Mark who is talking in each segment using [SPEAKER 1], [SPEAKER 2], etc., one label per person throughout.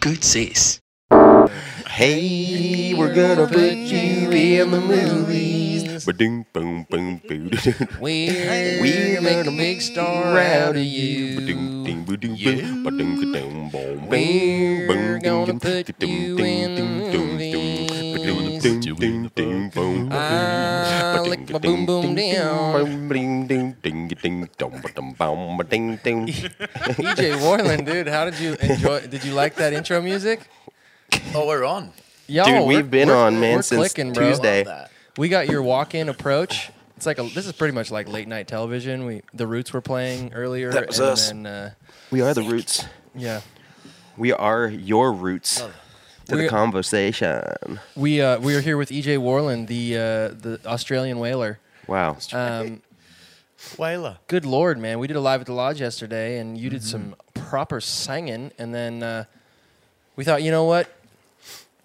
[SPEAKER 1] good sis.
[SPEAKER 2] Hey, we're gonna put you in the movies. Ba-doom, boom, boom, boo, doo-doo.
[SPEAKER 3] We're,
[SPEAKER 2] We're
[SPEAKER 3] make a
[SPEAKER 2] gonna
[SPEAKER 3] big star out of
[SPEAKER 2] Ba-doom,
[SPEAKER 3] you.
[SPEAKER 2] ding, ba-doom,
[SPEAKER 3] You.
[SPEAKER 2] boom, ba-doom, ka-doom, boom, boom,
[SPEAKER 3] We're
[SPEAKER 2] boom,
[SPEAKER 3] gonna
[SPEAKER 2] ding, ding,
[SPEAKER 3] put
[SPEAKER 2] ding,
[SPEAKER 3] you
[SPEAKER 2] ding,
[SPEAKER 3] in the
[SPEAKER 2] ding, dong, dong. Ba-doom,
[SPEAKER 3] movies.
[SPEAKER 2] ding, ding, ding, boom,
[SPEAKER 3] I
[SPEAKER 2] boom.
[SPEAKER 3] lick my
[SPEAKER 2] Ba-ding,
[SPEAKER 3] boom, boom
[SPEAKER 2] ding, ding,
[SPEAKER 3] down.
[SPEAKER 2] boom, ding, ding, ding, ding, dong, ba-dum, bum, ba-ding, ding.
[SPEAKER 3] EJ Warland, dude, how did you enjoy? Did you like that intro music?
[SPEAKER 4] Oh, we're on.
[SPEAKER 3] Yo,
[SPEAKER 2] Dude,
[SPEAKER 3] we're-
[SPEAKER 2] we've been
[SPEAKER 3] we're-
[SPEAKER 2] on, man,
[SPEAKER 3] we're
[SPEAKER 2] since
[SPEAKER 3] clicking, bro.
[SPEAKER 2] Tuesday.
[SPEAKER 4] That.
[SPEAKER 3] We got your walk-in approach. It's like a, this is pretty much like late night television. We the Roots were playing earlier.
[SPEAKER 2] That was
[SPEAKER 3] and
[SPEAKER 2] us.
[SPEAKER 3] Then, uh,
[SPEAKER 2] We are the roots.
[SPEAKER 3] yeah,
[SPEAKER 2] We are your roots to
[SPEAKER 3] We're-
[SPEAKER 2] the conversation.
[SPEAKER 3] we uh, we are here with EJ Warland, the uh, the Australian whaler.
[SPEAKER 2] Wow.
[SPEAKER 3] Um,
[SPEAKER 4] Whaler. Mm-hmm.
[SPEAKER 3] good lord, man, we did a live at the lodge yesterday, and you did some proper singing. And then uh, we thought, you know what?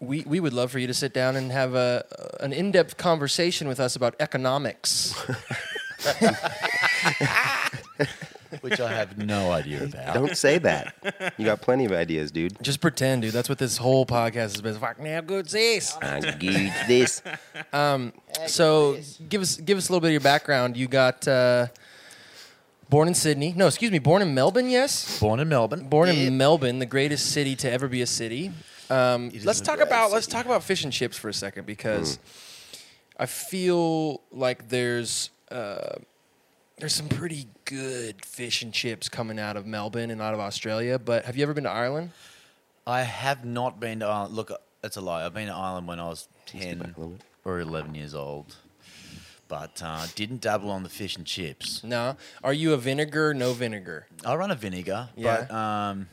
[SPEAKER 3] We, we would love for you to sit down and have a an in depth conversation with us about economics.
[SPEAKER 4] Which I have no idea about.
[SPEAKER 2] Don't say that. You got plenty of ideas, dude.
[SPEAKER 3] Just pretend, dude. That's what this whole podcast has been. Fuck now, good sis.
[SPEAKER 2] I gauge this.
[SPEAKER 3] So give us give us a little bit of your background. You got uh, born in Sydney. No, excuse me, born in Melbourne. Yes,
[SPEAKER 4] Born in Melbourne.
[SPEAKER 3] born in Melbourne, the greatest city to ever be a city. Um,
[SPEAKER 4] It is
[SPEAKER 3] let's
[SPEAKER 4] a
[SPEAKER 3] talk
[SPEAKER 4] great
[SPEAKER 3] about let's
[SPEAKER 4] city. Mm.
[SPEAKER 3] talk about fish and chips for a second because I feel like there's uh, there's some pretty good fish and chips coming out of Melbourne and out of Australia. But have you ever been to Ireland?
[SPEAKER 4] I have not been to Ireland. Look, it's a lie. I've been to Ireland when I was
[SPEAKER 2] step back
[SPEAKER 4] 10
[SPEAKER 2] a little bit.
[SPEAKER 4] or 11 years old. But uh, didn't dabble on the fish and chips.
[SPEAKER 3] No. Are you a vinegar? No vinegar.
[SPEAKER 4] I run a vinegar,
[SPEAKER 3] Yeah.
[SPEAKER 4] but um,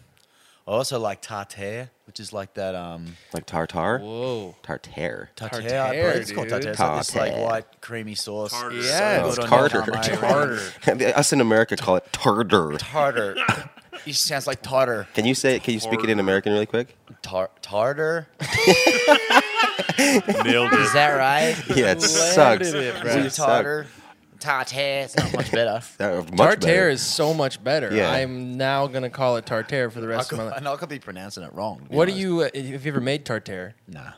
[SPEAKER 4] I also like tartare, which is like that um,
[SPEAKER 2] Like tartar?
[SPEAKER 3] Whoa.
[SPEAKER 2] Tartare.
[SPEAKER 4] tartare.
[SPEAKER 3] Tartare,
[SPEAKER 4] I believe it's called
[SPEAKER 3] dude.
[SPEAKER 4] tartare. It's like this like
[SPEAKER 2] Tartare.
[SPEAKER 4] white creamy sauce.
[SPEAKER 5] Tartar.
[SPEAKER 4] So
[SPEAKER 3] Yeah,
[SPEAKER 4] good
[SPEAKER 3] it's
[SPEAKER 4] on your
[SPEAKER 2] Carter.
[SPEAKER 4] mate.
[SPEAKER 2] Us in America call it tartar.
[SPEAKER 4] Tartar. it sounds like tartar.
[SPEAKER 2] Can you say? Can you speak it in American really quick?
[SPEAKER 4] Tar- tartar.
[SPEAKER 5] Nailed it.
[SPEAKER 4] Is that right?
[SPEAKER 2] Yeah, it sucks.
[SPEAKER 3] Landed it,
[SPEAKER 2] We
[SPEAKER 3] bro.
[SPEAKER 2] suck.
[SPEAKER 4] Tartar. Tartar. It's not much better.
[SPEAKER 2] That was much better.
[SPEAKER 3] Tartare is so much better.
[SPEAKER 2] Yeah.
[SPEAKER 3] I'm now gonna call it tartare for the
[SPEAKER 4] I
[SPEAKER 3] rest
[SPEAKER 4] could,
[SPEAKER 3] of my life.
[SPEAKER 4] and I could be pronouncing it wrong. to be
[SPEAKER 3] What do
[SPEAKER 4] honest.
[SPEAKER 3] you? Uh, have you ever made tartare?
[SPEAKER 4] Nah.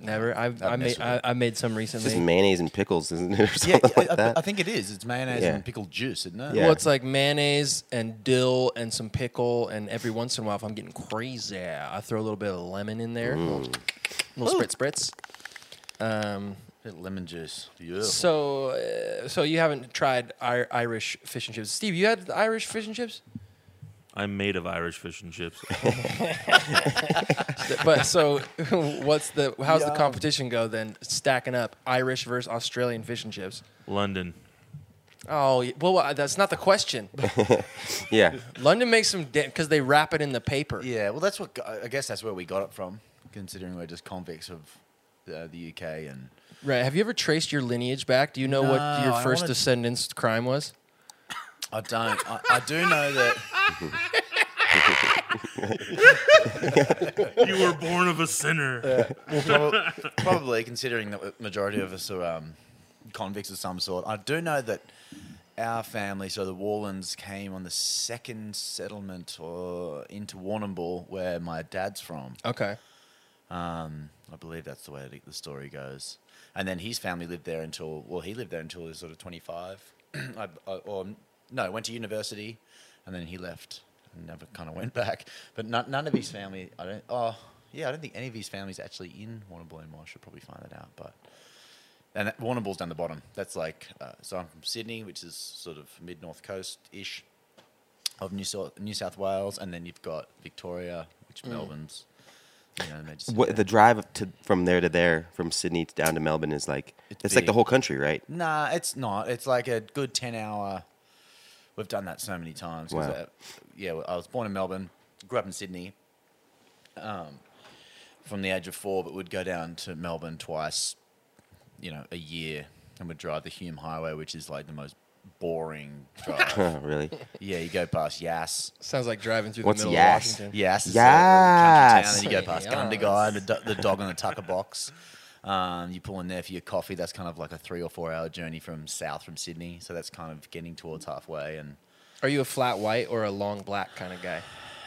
[SPEAKER 3] Never. I've, I
[SPEAKER 4] I've
[SPEAKER 3] made
[SPEAKER 4] messed
[SPEAKER 3] I,
[SPEAKER 4] with
[SPEAKER 3] I made some recently.
[SPEAKER 2] Just mayonnaise and pickles, isn't it? Or
[SPEAKER 4] Yeah,
[SPEAKER 2] something
[SPEAKER 4] uh, I,
[SPEAKER 2] like
[SPEAKER 4] I,
[SPEAKER 2] that.
[SPEAKER 4] I think it is. It's mayonnaise
[SPEAKER 2] Yeah.
[SPEAKER 4] and pickled juice, isn't it?
[SPEAKER 2] Yeah.
[SPEAKER 3] Well, it's like mayonnaise and dill and some pickle, and every once in a while, if I'm getting crazy, I throw a little bit of lemon in
[SPEAKER 2] Mm.
[SPEAKER 3] there, little, little spritz spritz. Um,
[SPEAKER 4] Bit of Lemon juice. Yeah.
[SPEAKER 3] so, uh, so you haven't tried Ir- Irish fish and chips, Steve? You had Irish fish and chips,
[SPEAKER 5] I'm made of Irish fish and chips.
[SPEAKER 3] but so what's the? How's the
[SPEAKER 4] Yum.
[SPEAKER 3] competition go then? Stacking up Irish versus Australian fish and chips.
[SPEAKER 5] London.
[SPEAKER 3] Oh y- well, uh, that's not the question.
[SPEAKER 2] yeah,
[SPEAKER 3] London makes them because they wrap it in the paper.
[SPEAKER 4] Yeah, well, that's what go- I guess that's where we got it from, considering we're just convicts of uh, the UK and
[SPEAKER 3] Right. Have you ever traced your lineage back? Do you know what
[SPEAKER 4] No,
[SPEAKER 3] your
[SPEAKER 4] I
[SPEAKER 3] 1st
[SPEAKER 4] wanna-
[SPEAKER 3] descendant's crime was?
[SPEAKER 4] I don't. I, I do know that.
[SPEAKER 5] You were born of a sinner.
[SPEAKER 4] Well, probably, probably considering the majority of us are um, convicts of some sort. I do know that our family, so the Warlands, came on the second settlement or into Warrnambool, where my dad's from.
[SPEAKER 3] Okay.
[SPEAKER 4] Um, I believe that's the way the- the story goes. And then his family lived there until, well, he lived there until he was sort of 25. I, I, or, no, went to university and then he left and never kind of went back. But none, none of his family, I don't, oh, yeah, I don't think any of his family's actually in Warrnambool anymore. I should probably find that out. But, and that, Warrnambool's down the bottom. That's like, uh, so I'm from Sydney, which is sort of mid north coast ish of New, Sou- New South Wales. And then you've got Victoria, which Melbourne's. You know, and they just-
[SPEAKER 2] what, the drive to from there to there, from Sydney to down to Melbourne, is like it's,
[SPEAKER 4] It's
[SPEAKER 2] like the
[SPEAKER 4] big.
[SPEAKER 2] whole country, right?
[SPEAKER 4] Nah, it's not. It's like a good 10 hour. We've done that so many times. 'cause,
[SPEAKER 2] Wow.
[SPEAKER 4] uh, yeah, well, I was born in Melbourne, grew up in Sydney um, from the age of four, but would go down to Melbourne twice, you know, a year and would drive the Hume Highway, which is like the most boring drive.
[SPEAKER 2] Huh, really?
[SPEAKER 4] yeah, you go past Yass.
[SPEAKER 3] Sounds like driving through
[SPEAKER 2] What's
[SPEAKER 3] the middle
[SPEAKER 2] Yass?
[SPEAKER 3] of Washington.
[SPEAKER 4] Yass is the country town.
[SPEAKER 2] Yass.
[SPEAKER 4] Then you go past Gundagai, the, do- the dog on the tucker box. Um, you pull in there for your coffee. That's kind of like a three or four hour journey from south from Sydney. So that's kind of getting towards halfway. And
[SPEAKER 3] Are you a flat white or a long black kind of guy?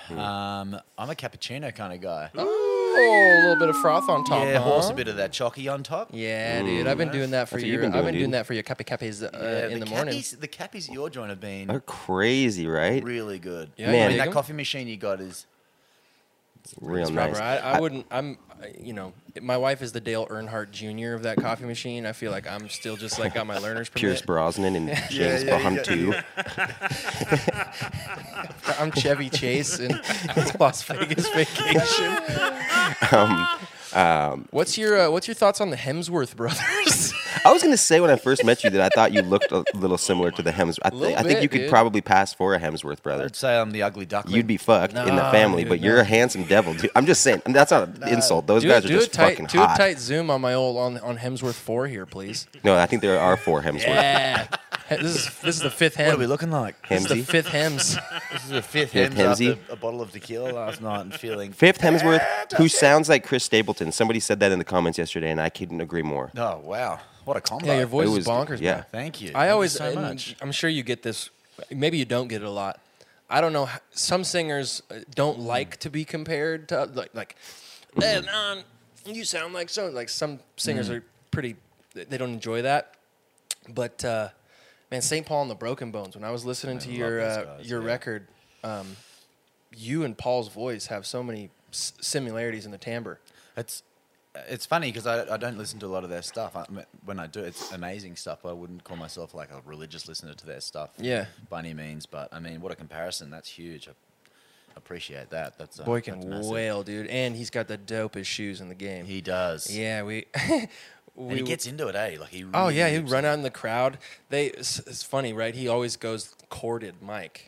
[SPEAKER 4] Um, I'm a cappuccino kind of guy.
[SPEAKER 3] Oh, a little bit of froth on top.
[SPEAKER 4] yeah, horse
[SPEAKER 3] huh?
[SPEAKER 4] a bit of that chalky on top.
[SPEAKER 3] Yeah, dude. I've been doing that for
[SPEAKER 2] That's what
[SPEAKER 3] your.
[SPEAKER 2] you've been
[SPEAKER 3] I've been
[SPEAKER 2] doing,
[SPEAKER 3] doing
[SPEAKER 2] dude.
[SPEAKER 3] that for your cappy cappies uh,
[SPEAKER 4] Yeah,
[SPEAKER 3] in the,
[SPEAKER 4] cappies,
[SPEAKER 3] morning.
[SPEAKER 4] The cappies at your joint have been
[SPEAKER 2] They're crazy, right?
[SPEAKER 4] really good.
[SPEAKER 3] Yeah,
[SPEAKER 2] Man.
[SPEAKER 4] I mean,
[SPEAKER 3] you dig
[SPEAKER 4] that
[SPEAKER 3] 'em?
[SPEAKER 4] coffee machine you got is
[SPEAKER 2] Real
[SPEAKER 3] Robert,
[SPEAKER 2] nice.
[SPEAKER 3] I, I wouldn't. I'm. I- You know, my wife is the Dale Earnhardt Jr. of that coffee machine. I feel like I'm still just like got my learner's
[SPEAKER 2] Pierce
[SPEAKER 3] permit.
[SPEAKER 2] Brosnan and James
[SPEAKER 4] yeah,
[SPEAKER 2] Bond
[SPEAKER 4] yeah.
[SPEAKER 2] too.
[SPEAKER 3] I'm Chevy Chase in Las Vegas Vacation.
[SPEAKER 2] Um,
[SPEAKER 3] what's your uh, What's your thoughts on the Hemsworth brothers?
[SPEAKER 2] I was gonna say when I first met you that I thought you looked a little similar to the Hemsworth. I, thi-
[SPEAKER 3] Little
[SPEAKER 2] I think
[SPEAKER 3] bit,
[SPEAKER 2] you could
[SPEAKER 3] dude.
[SPEAKER 2] probably pass for a Hemsworth brother.
[SPEAKER 4] I'd say I'm the ugly duckling.
[SPEAKER 2] You'd be fucked in the
[SPEAKER 3] Nah,
[SPEAKER 2] family,
[SPEAKER 3] dude,
[SPEAKER 2] but you're
[SPEAKER 3] no.
[SPEAKER 2] a handsome devil, dude. I'm just saying. That's not an insult. Those guys are
[SPEAKER 3] do
[SPEAKER 2] just
[SPEAKER 3] a tight,
[SPEAKER 2] fucking
[SPEAKER 3] do
[SPEAKER 2] hot.
[SPEAKER 3] a tight zoom on my old on on Hemsworth four here, please.
[SPEAKER 2] No, I think there are four Hemsworths.
[SPEAKER 3] Yeah, this is this is the fifth hem.
[SPEAKER 4] What are we looking like?
[SPEAKER 3] This is the
[SPEAKER 2] Hemsy?
[SPEAKER 3] fifth hems.
[SPEAKER 4] This is the fifth
[SPEAKER 2] Fifth
[SPEAKER 4] Hems
[SPEAKER 2] Hemsy?
[SPEAKER 4] after a bottle of tequila last night and feeling.
[SPEAKER 2] Fifth Hemsworth, who sounds like Chris Stapleton. Somebody said that in the comments yesterday, and I couldn't agree more.
[SPEAKER 4] Oh wow, what a combo!
[SPEAKER 3] Yeah, your voice
[SPEAKER 2] It
[SPEAKER 3] is
[SPEAKER 2] was-
[SPEAKER 3] bonkers,
[SPEAKER 2] yeah.
[SPEAKER 3] bro.
[SPEAKER 4] Thank you. Thank
[SPEAKER 3] I
[SPEAKER 4] you
[SPEAKER 3] always,
[SPEAKER 4] so
[SPEAKER 3] and
[SPEAKER 4] much.
[SPEAKER 3] I'm sure you get this. Maybe you don't get it a lot. I don't know. h- Some singers uh, don't like to be compared to like like. "Hey, man, you sound like so. Like some singers are pretty. They don't enjoy that. But uh, man, St. Paul and the Broken Bones. When I was listening to
[SPEAKER 4] love
[SPEAKER 3] your
[SPEAKER 4] those
[SPEAKER 3] uh,
[SPEAKER 4] guys,
[SPEAKER 3] your
[SPEAKER 4] yeah.
[SPEAKER 3] record, um, you and Paul's voice have so many s- similarities in the timbre.
[SPEAKER 4] It's it's funny because I, I don't listen to a lot of their stuff. I, when I do, it's amazing stuff. I wouldn't call myself like a religious listener to their stuff.
[SPEAKER 3] Yeah.
[SPEAKER 4] by any means. But I mean, what a comparison! That's huge. I appreciate that. That's uh,
[SPEAKER 3] Boy
[SPEAKER 4] that's
[SPEAKER 3] can
[SPEAKER 4] massive.
[SPEAKER 3] wail, dude, and he's got the dopest shoes in the game.
[SPEAKER 4] He does.
[SPEAKER 3] Yeah, we. we
[SPEAKER 4] and he gets into it, eh? Like he.
[SPEAKER 3] oh yeah,
[SPEAKER 4] really
[SPEAKER 3] he'd
[SPEAKER 4] rips
[SPEAKER 3] run
[SPEAKER 4] it.
[SPEAKER 3] out in the crowd. They. It's, it's funny, right? He always goes corded mic.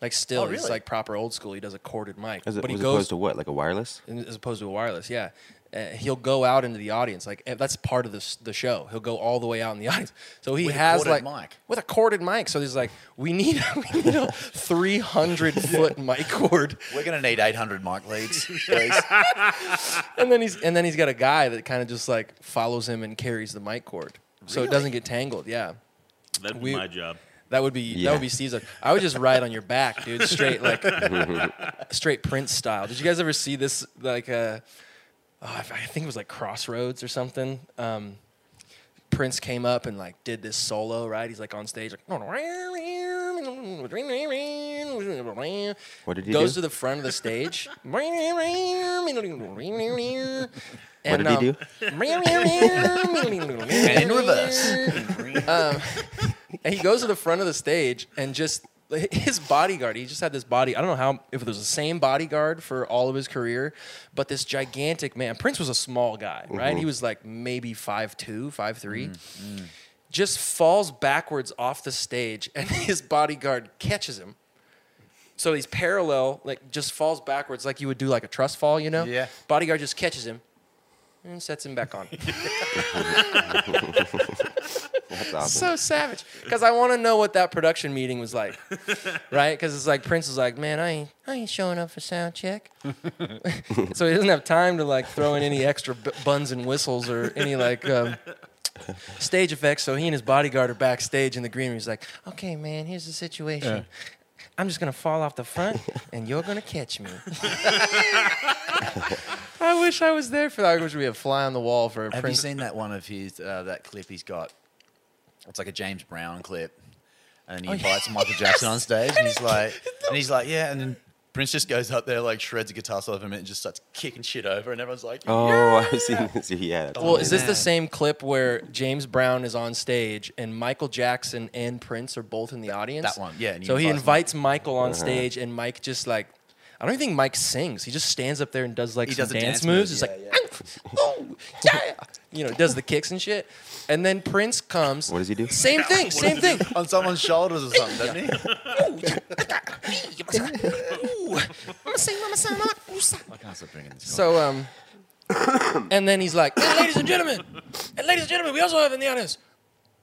[SPEAKER 3] Like still,
[SPEAKER 4] Oh,
[SPEAKER 3] he's
[SPEAKER 4] really?
[SPEAKER 3] like proper old school. He does a corded mic,
[SPEAKER 2] As,
[SPEAKER 3] but he
[SPEAKER 2] as
[SPEAKER 3] goes
[SPEAKER 2] opposed to what, like a wireless?
[SPEAKER 3] in- as opposed to a wireless. Yeah, uh, he'll go out into the audience. Like eh, that's part of the s- the show. He'll go all the way out in the audience. So he
[SPEAKER 4] With a
[SPEAKER 3] has
[SPEAKER 4] corded
[SPEAKER 3] like
[SPEAKER 4] mic.
[SPEAKER 3] with a corded mic. So he's like, we need we need a three hundred foot mic cord.
[SPEAKER 4] We're gonna need 800 mic leads. please.
[SPEAKER 3] and then he's and then he's got a guy that kind of just like follows him and carries the mic cord, so it
[SPEAKER 4] Really?
[SPEAKER 3] doesn't get tangled. Yeah,
[SPEAKER 5] That'd
[SPEAKER 3] We-
[SPEAKER 5] be my job.
[SPEAKER 3] that would be that
[SPEAKER 2] Yeah.
[SPEAKER 3] would be Caesar. I would just ride on your back, dude, straight like straight Prince style. Did you guys ever see this like uh, oh, I I think it was like Crossroads or something. Um, Prince came up and like did this solo, right? He's like on stage, like
[SPEAKER 2] What did he
[SPEAKER 3] goes
[SPEAKER 2] do?
[SPEAKER 3] to the front of the stage. what
[SPEAKER 2] What
[SPEAKER 3] did
[SPEAKER 2] did he
[SPEAKER 3] um,
[SPEAKER 4] And in reverse.
[SPEAKER 3] and he goes to the front of the stage and just his bodyguard he just had this body i don't know how if it was the same bodyguard for all of his career but this gigantic man prince was a small guy right he was like maybe 5'2 5'3 just falls backwards off the stage and his bodyguard catches him so he's parallel like just falls backwards like you would do like a trust fall you know
[SPEAKER 4] Yeah.
[SPEAKER 3] bodyguard just catches him and sets him back on
[SPEAKER 2] That's awesome.
[SPEAKER 3] so savage because I want to know what that production meeting was like, right? Because it's like Prince was like, "Man, I ain't, I ain't showing up for sound check," so he doesn't have time to like throw in any extra b- buns and whistles or any like um, stage effects. So he and his bodyguard are backstage in the green room. He's like, "Okay, man, here's the situation." I'm just gonna fall off the front, and you're gonna catch me. I wish I was there for that. I wish we had fly on the wall for a
[SPEAKER 4] Have you
[SPEAKER 3] Prince.
[SPEAKER 4] seen that one of his uh, that clip he's got? It's like a James Brown clip, and he invites Michael Jackson on stage, and he's like, and he's like, yeah, and then Prince just goes up there like shreds a guitar solo for a minute and just starts kicking shit over, and everyone's like,
[SPEAKER 2] Oh, I've seen this. Yeah. that's
[SPEAKER 3] Well,
[SPEAKER 2] amazing.
[SPEAKER 3] is this the same clip where James Brown is on stage and Michael Jackson and Prince are both in the audience?
[SPEAKER 4] that one, yeah, and he
[SPEAKER 3] so he invites
[SPEAKER 4] invites
[SPEAKER 3] Michael on
[SPEAKER 2] Uh-huh.
[SPEAKER 3] stage, and Mike just like. I don't even think Mike sings. He just stands up there and does like
[SPEAKER 4] He
[SPEAKER 3] some
[SPEAKER 4] does a
[SPEAKER 3] dance,
[SPEAKER 4] dance
[SPEAKER 3] moves.
[SPEAKER 4] move,
[SPEAKER 3] He's like, oh, yeah. you know, does the kicks and shit. And then Prince comes.
[SPEAKER 2] What does he do?
[SPEAKER 3] Same thing, same thing.
[SPEAKER 4] on someone's shoulders or something, doesn't he? I can't stop bringing this.
[SPEAKER 3] So um, and then he's like, "And ladies and gentlemen, and ladies and gentlemen, we also have in the audience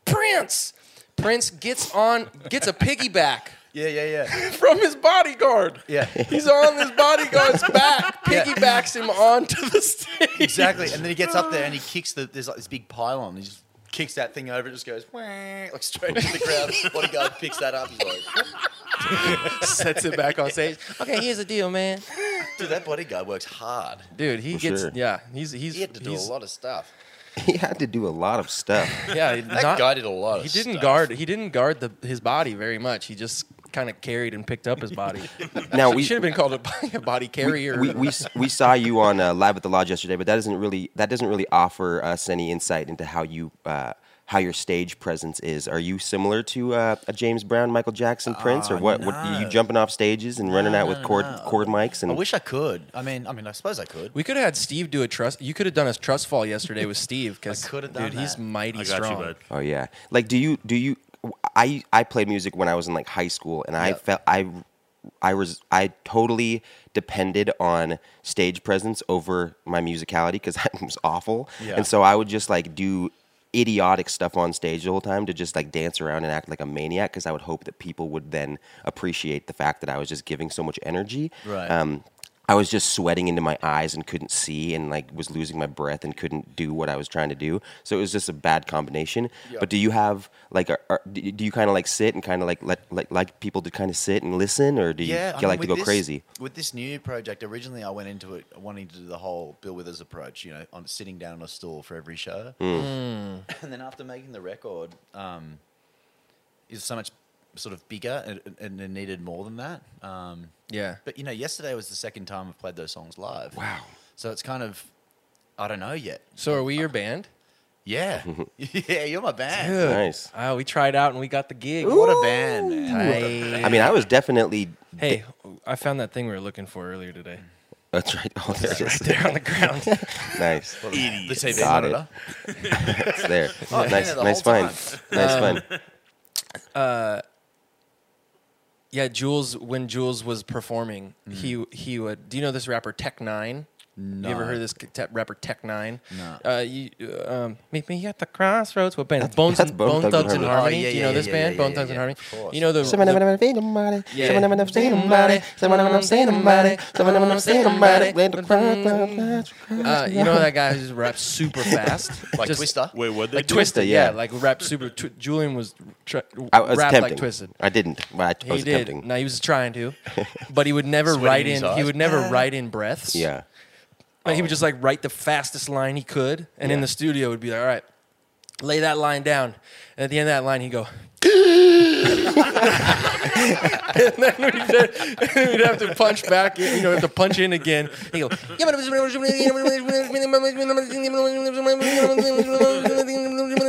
[SPEAKER 3] Prince. Prince gets on, gets a piggyback
[SPEAKER 4] yeah, yeah, yeah,
[SPEAKER 3] from his bodyguard.
[SPEAKER 4] yeah.
[SPEAKER 3] He's on his bodyguard's back,
[SPEAKER 4] Yeah.
[SPEAKER 3] piggybacks him onto the stage.
[SPEAKER 4] Exactly. And then he gets up there and he kicks the there's like this big pylon. He just kicks that thing over. It just goes "Wah," like straight into the crowd. Bodyguard picks that up. He's like,
[SPEAKER 3] sets it back on stage. Okay, here's the deal, man.
[SPEAKER 4] Dude, that bodyguard works hard.
[SPEAKER 3] Dude, he
[SPEAKER 2] For
[SPEAKER 3] gets
[SPEAKER 2] sure.
[SPEAKER 3] yeah. He's he's
[SPEAKER 4] He had to do a
[SPEAKER 3] he's-
[SPEAKER 4] lot of stuff.
[SPEAKER 2] He had to do a lot of stuff.
[SPEAKER 3] Yeah,
[SPEAKER 4] That
[SPEAKER 3] not,
[SPEAKER 4] guy did a lot. Of
[SPEAKER 3] he didn't
[SPEAKER 4] stuff.
[SPEAKER 3] guard he didn't guard the his body very much. He just kind of carried and picked up his body.
[SPEAKER 2] Now
[SPEAKER 3] Oh, we
[SPEAKER 2] we
[SPEAKER 3] should have been called a, bo- a body
[SPEAKER 2] we,
[SPEAKER 3] carrier.
[SPEAKER 2] we, we, s- we saw you on uh, live at the lodge yesterday, but that doesn't really that doesn't really offer us any insight into how you uh, how your stage presence is. Are you similar to uh, a James Brown, Michael Jackson, Prince, or
[SPEAKER 4] Ah,
[SPEAKER 2] what? What are you
[SPEAKER 4] no.
[SPEAKER 2] jumping off stages and running out with cord cord mics and
[SPEAKER 4] I wish I could. I mean, I mean, I suppose I could.
[SPEAKER 3] We could have had Steve do a trust. You could have done a trust fall yesterday with Steve because
[SPEAKER 4] I could
[SPEAKER 3] dude,
[SPEAKER 4] have done
[SPEAKER 3] he's
[SPEAKER 4] that.
[SPEAKER 3] mighty
[SPEAKER 5] I got
[SPEAKER 3] strong.
[SPEAKER 5] you, bud.
[SPEAKER 2] Oh yeah. Like do you do you I I played music when I was in like high school and I
[SPEAKER 4] Yep.
[SPEAKER 2] felt I I was I totally depended on stage presence over my musicality cuz I was awful.
[SPEAKER 4] Yeah.
[SPEAKER 2] And so I would just like do idiotic stuff on stage the whole time to just like dance around and act like a maniac cuz I would hope that people would then appreciate the fact that I was just giving so much energy.
[SPEAKER 4] Right.
[SPEAKER 2] Um I was just sweating into my eyes and couldn't see and like was losing my breath and couldn't do what I was trying to do. So it was just a bad combination. But do you have like are, are, do do you kind of like sit and kind of like let like like people to kind of sit and listen or do you,
[SPEAKER 4] yeah, I
[SPEAKER 2] you
[SPEAKER 4] mean,
[SPEAKER 2] like to
[SPEAKER 4] with
[SPEAKER 2] go
[SPEAKER 4] this-
[SPEAKER 2] crazy?
[SPEAKER 4] With this new project, originally I went into it wanting to do the whole Bill Withers approach, you know, on sitting down on a stool for every show.
[SPEAKER 2] Hmm.
[SPEAKER 4] And then after making the record, um, it was so much sort of bigger and, and it needed more than that. Um,
[SPEAKER 3] Yeah.
[SPEAKER 4] but you know, yesterday was the second time I've played those songs live. Wow. So it's kind of, I don't know yet.
[SPEAKER 3] So are we your band?
[SPEAKER 4] Yeah. yeah, you're my band.
[SPEAKER 3] Dude.
[SPEAKER 2] Nice.
[SPEAKER 3] Oh, we tried out and we got the gig.
[SPEAKER 4] What a band, man.
[SPEAKER 3] Tight.
[SPEAKER 2] I mean, I was definitely
[SPEAKER 3] Hey, I found that thing we were looking for earlier today.
[SPEAKER 2] that's right. Oh, there it is.
[SPEAKER 3] There on the ground.
[SPEAKER 2] nice.
[SPEAKER 4] The TV
[SPEAKER 2] Got it.
[SPEAKER 4] monitor.
[SPEAKER 2] It's there.
[SPEAKER 4] Oh, I've been
[SPEAKER 2] nice.
[SPEAKER 4] there the
[SPEAKER 2] Nice
[SPEAKER 4] whole
[SPEAKER 2] find. Nice find.
[SPEAKER 3] yeah, Jules. When Jules was performing, he he would. Do you know this rapper Tech Nine? No. You ever heard of this c- te- rapper Tech Nine?
[SPEAKER 4] No.
[SPEAKER 3] Uh, you, uh, um, meet me at the crossroads. What band? Bones,
[SPEAKER 2] that's
[SPEAKER 3] and,
[SPEAKER 2] Bone
[SPEAKER 3] Bone
[SPEAKER 2] Thugs
[SPEAKER 3] Thugs,
[SPEAKER 2] and
[SPEAKER 3] and
[SPEAKER 2] Harmony.
[SPEAKER 3] Harmony.
[SPEAKER 4] Oh, yeah,
[SPEAKER 3] do you
[SPEAKER 4] yeah,
[SPEAKER 3] know
[SPEAKER 4] yeah,
[SPEAKER 3] this
[SPEAKER 4] yeah,
[SPEAKER 3] band,
[SPEAKER 4] yeah,
[SPEAKER 3] Bone
[SPEAKER 4] yeah,
[SPEAKER 3] Thugs
[SPEAKER 4] yeah,
[SPEAKER 3] and
[SPEAKER 4] of
[SPEAKER 3] Harmony.
[SPEAKER 4] course.
[SPEAKER 3] You know the,
[SPEAKER 2] Someone
[SPEAKER 3] the
[SPEAKER 2] I'm seeing somebody.
[SPEAKER 3] Yeah.
[SPEAKER 2] Someone I'm seeing somebody. Someone I'm seeing somebody. Someone I'm seeing somebody. Let the crowd-
[SPEAKER 3] uh, you know that guy who just raps super fast,
[SPEAKER 4] Like
[SPEAKER 3] Just-
[SPEAKER 4] Twister.
[SPEAKER 5] Wait, what? They
[SPEAKER 3] like
[SPEAKER 5] do?
[SPEAKER 3] Twister, yeah.
[SPEAKER 2] yeah.
[SPEAKER 3] like rap super. Tw- Julian was tr-
[SPEAKER 2] I was
[SPEAKER 3] rap
[SPEAKER 2] tempting.
[SPEAKER 3] like twisted.
[SPEAKER 2] I didn't. but I, I
[SPEAKER 3] He
[SPEAKER 2] was
[SPEAKER 3] did.
[SPEAKER 2] tempting.
[SPEAKER 3] No, he was trying to, but he would never
[SPEAKER 4] Sweating
[SPEAKER 3] write
[SPEAKER 4] in his
[SPEAKER 3] in. He
[SPEAKER 4] eyes.
[SPEAKER 3] would never write in breaths.
[SPEAKER 2] Yeah.
[SPEAKER 3] Like, he would just like write the fastest line he could, and in
[SPEAKER 2] Yeah.
[SPEAKER 3] the studio would be like, "All right, lay that line down." And at the end of that line, he'd go. and then we'd, we'd have to punch back, you know, have to punch in again. He'd go,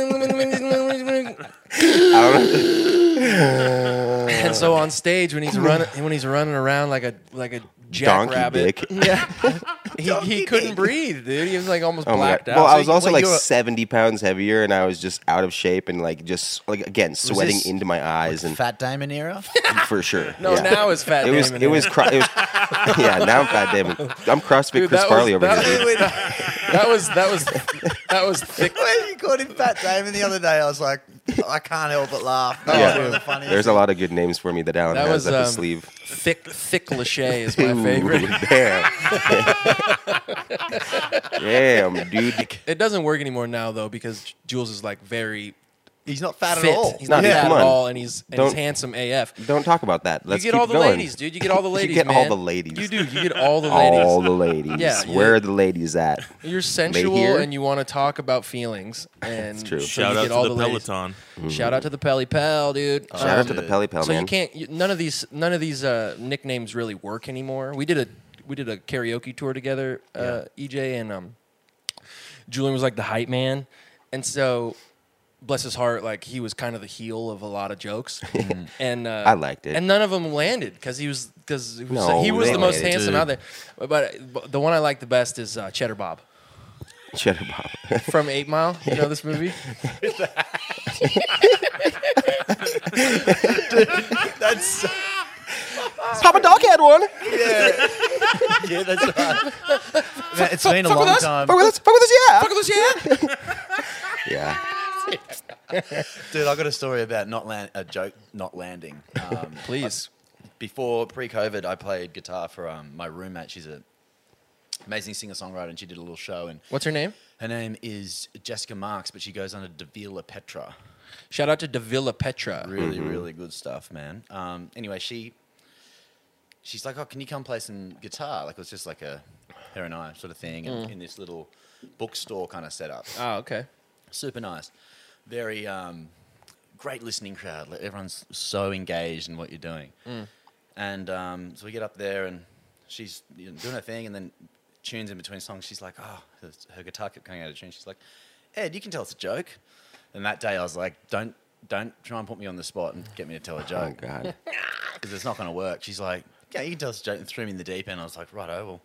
[SPEAKER 3] and so on stage when he's running when he's running around like a like a
[SPEAKER 2] Donkey
[SPEAKER 3] jackrabbit,
[SPEAKER 2] dick. Oh
[SPEAKER 3] yeah, he, he couldn't breathe, dude. He was like almost
[SPEAKER 2] Oh my
[SPEAKER 3] blacked
[SPEAKER 2] God.
[SPEAKER 3] out.
[SPEAKER 2] Well, I
[SPEAKER 3] So
[SPEAKER 2] was
[SPEAKER 3] you-
[SPEAKER 2] also
[SPEAKER 3] wait,
[SPEAKER 2] like
[SPEAKER 3] you're a-
[SPEAKER 2] 70 pounds heavier, and I was just out of shape and like just like again sweating
[SPEAKER 4] this-
[SPEAKER 2] into my eyes and
[SPEAKER 4] Fat Damon era.
[SPEAKER 2] for sure.
[SPEAKER 3] no,
[SPEAKER 2] yeah.
[SPEAKER 3] oh, now it's fat.
[SPEAKER 2] it was
[SPEAKER 3] Damon
[SPEAKER 2] it
[SPEAKER 3] era.
[SPEAKER 2] was, cro- it was yeah. Now I'm fat Damon. I'm CrossFit
[SPEAKER 3] Dude,
[SPEAKER 2] Chris
[SPEAKER 3] that
[SPEAKER 2] Farley
[SPEAKER 3] was,
[SPEAKER 2] over
[SPEAKER 3] that,
[SPEAKER 2] here. dude.
[SPEAKER 3] wait, that was that was that was thick.
[SPEAKER 4] when you called him Fat Damon the other day, I was like, I can't help but laugh. That was
[SPEAKER 2] Yeah.
[SPEAKER 4] one of the funniest.
[SPEAKER 2] There's a lot of good names for me that Alan
[SPEAKER 3] That
[SPEAKER 2] has
[SPEAKER 3] was
[SPEAKER 2] up
[SPEAKER 3] um,
[SPEAKER 2] his sleeve.
[SPEAKER 3] thick. Thick Lachey is my
[SPEAKER 2] Ooh,
[SPEAKER 3] favorite.
[SPEAKER 2] Damn. damn, dude.
[SPEAKER 3] It doesn't work anymore now though because Jules is like very
[SPEAKER 4] He's not fat
[SPEAKER 3] fit.
[SPEAKER 4] at all.
[SPEAKER 3] He's not
[SPEAKER 2] Yeah.
[SPEAKER 3] fat
[SPEAKER 2] Come
[SPEAKER 3] at
[SPEAKER 2] on.
[SPEAKER 3] all, and he's and he's
[SPEAKER 2] Don't-
[SPEAKER 3] handsome AF.
[SPEAKER 2] Don't talk about that. Let's
[SPEAKER 3] you get
[SPEAKER 2] keep
[SPEAKER 3] all the
[SPEAKER 2] going.
[SPEAKER 3] ladies, dude. You get all the ladies.
[SPEAKER 2] get all
[SPEAKER 3] man.
[SPEAKER 2] the ladies.
[SPEAKER 3] You do. You get all the ladies.
[SPEAKER 2] All the ladies.
[SPEAKER 3] Yeah, Um,
[SPEAKER 2] Where
[SPEAKER 3] yeah.
[SPEAKER 2] are the ladies at?
[SPEAKER 3] You're sensual
[SPEAKER 2] here.
[SPEAKER 3] and you want to talk about feelings. And
[SPEAKER 2] true. Mm-hmm.
[SPEAKER 3] so
[SPEAKER 5] Shout
[SPEAKER 3] you
[SPEAKER 5] out
[SPEAKER 3] get
[SPEAKER 5] to
[SPEAKER 3] all
[SPEAKER 5] the,
[SPEAKER 3] ladies.
[SPEAKER 5] Peloton.
[SPEAKER 3] Shout out to the Pelly Pal, dude. Um,
[SPEAKER 2] Shout out to the Pelly Pal,
[SPEAKER 3] so
[SPEAKER 2] Oh, man.
[SPEAKER 3] you can't. You, none of these. None of these uh, nicknames really work anymore. We did a we did a karaoke tour together, uh, EJ and um, Julian was like the hype man, and so. Bless his heart, like he was kind of the heel of a lot of jokes, and uh,
[SPEAKER 2] Mm-hmm. I liked it.
[SPEAKER 3] And none of them landed because he was because he was,
[SPEAKER 2] No,
[SPEAKER 3] he was
[SPEAKER 2] they
[SPEAKER 3] the most
[SPEAKER 2] landed.
[SPEAKER 3] handsome out there. But, but the one I like the best is uh, Cheddar Bob
[SPEAKER 2] Cheddar Bob.
[SPEAKER 3] from Eight Mile. You know this movie?
[SPEAKER 4] That's so-
[SPEAKER 2] Papa Dog had one.
[SPEAKER 4] yeah. yeah, that's right. Man, it's been a long time.
[SPEAKER 2] with us. Fuck with us. Yeah. Fuck
[SPEAKER 3] Nicholas, yeah.
[SPEAKER 2] Yeah.
[SPEAKER 4] Dude, I got a story about not land, a joke not landing. Um,
[SPEAKER 3] Please.
[SPEAKER 4] before pre-COVID, I played guitar for um, my roommate. She's an amazing singer-songwriter, and she did a little show. And
[SPEAKER 3] What's her name?
[SPEAKER 4] her name is Jessica Marks, but she goes under Davila Petra.
[SPEAKER 3] Shout out to Davila Petra.
[SPEAKER 4] Really, really good stuff, man. Um, anyway, she she's like, "Oh, can you come play some guitar?" Like it was just like a her and I sort of thing, and in this little bookstore kind of setup.
[SPEAKER 3] Oh, okay.
[SPEAKER 4] Super nice, very um, great listening crowd. Like, everyone's so engaged in what you're doing, and um, so we get up there, and she's you know, doing her thing, and then tunes in between songs. She's like, "Oh, her- her guitar kept coming out of tune." She's like, "Ed, you can tell it's a joke." And that day, I was like, "Don't." Don't try and put me on the spot and get me to tell a
[SPEAKER 2] Oh
[SPEAKER 4] joke
[SPEAKER 2] God.
[SPEAKER 4] because it's not going to work. She's like, yeah, you can tell us a joke and threw me in the deep end. I was like, right, oh, well,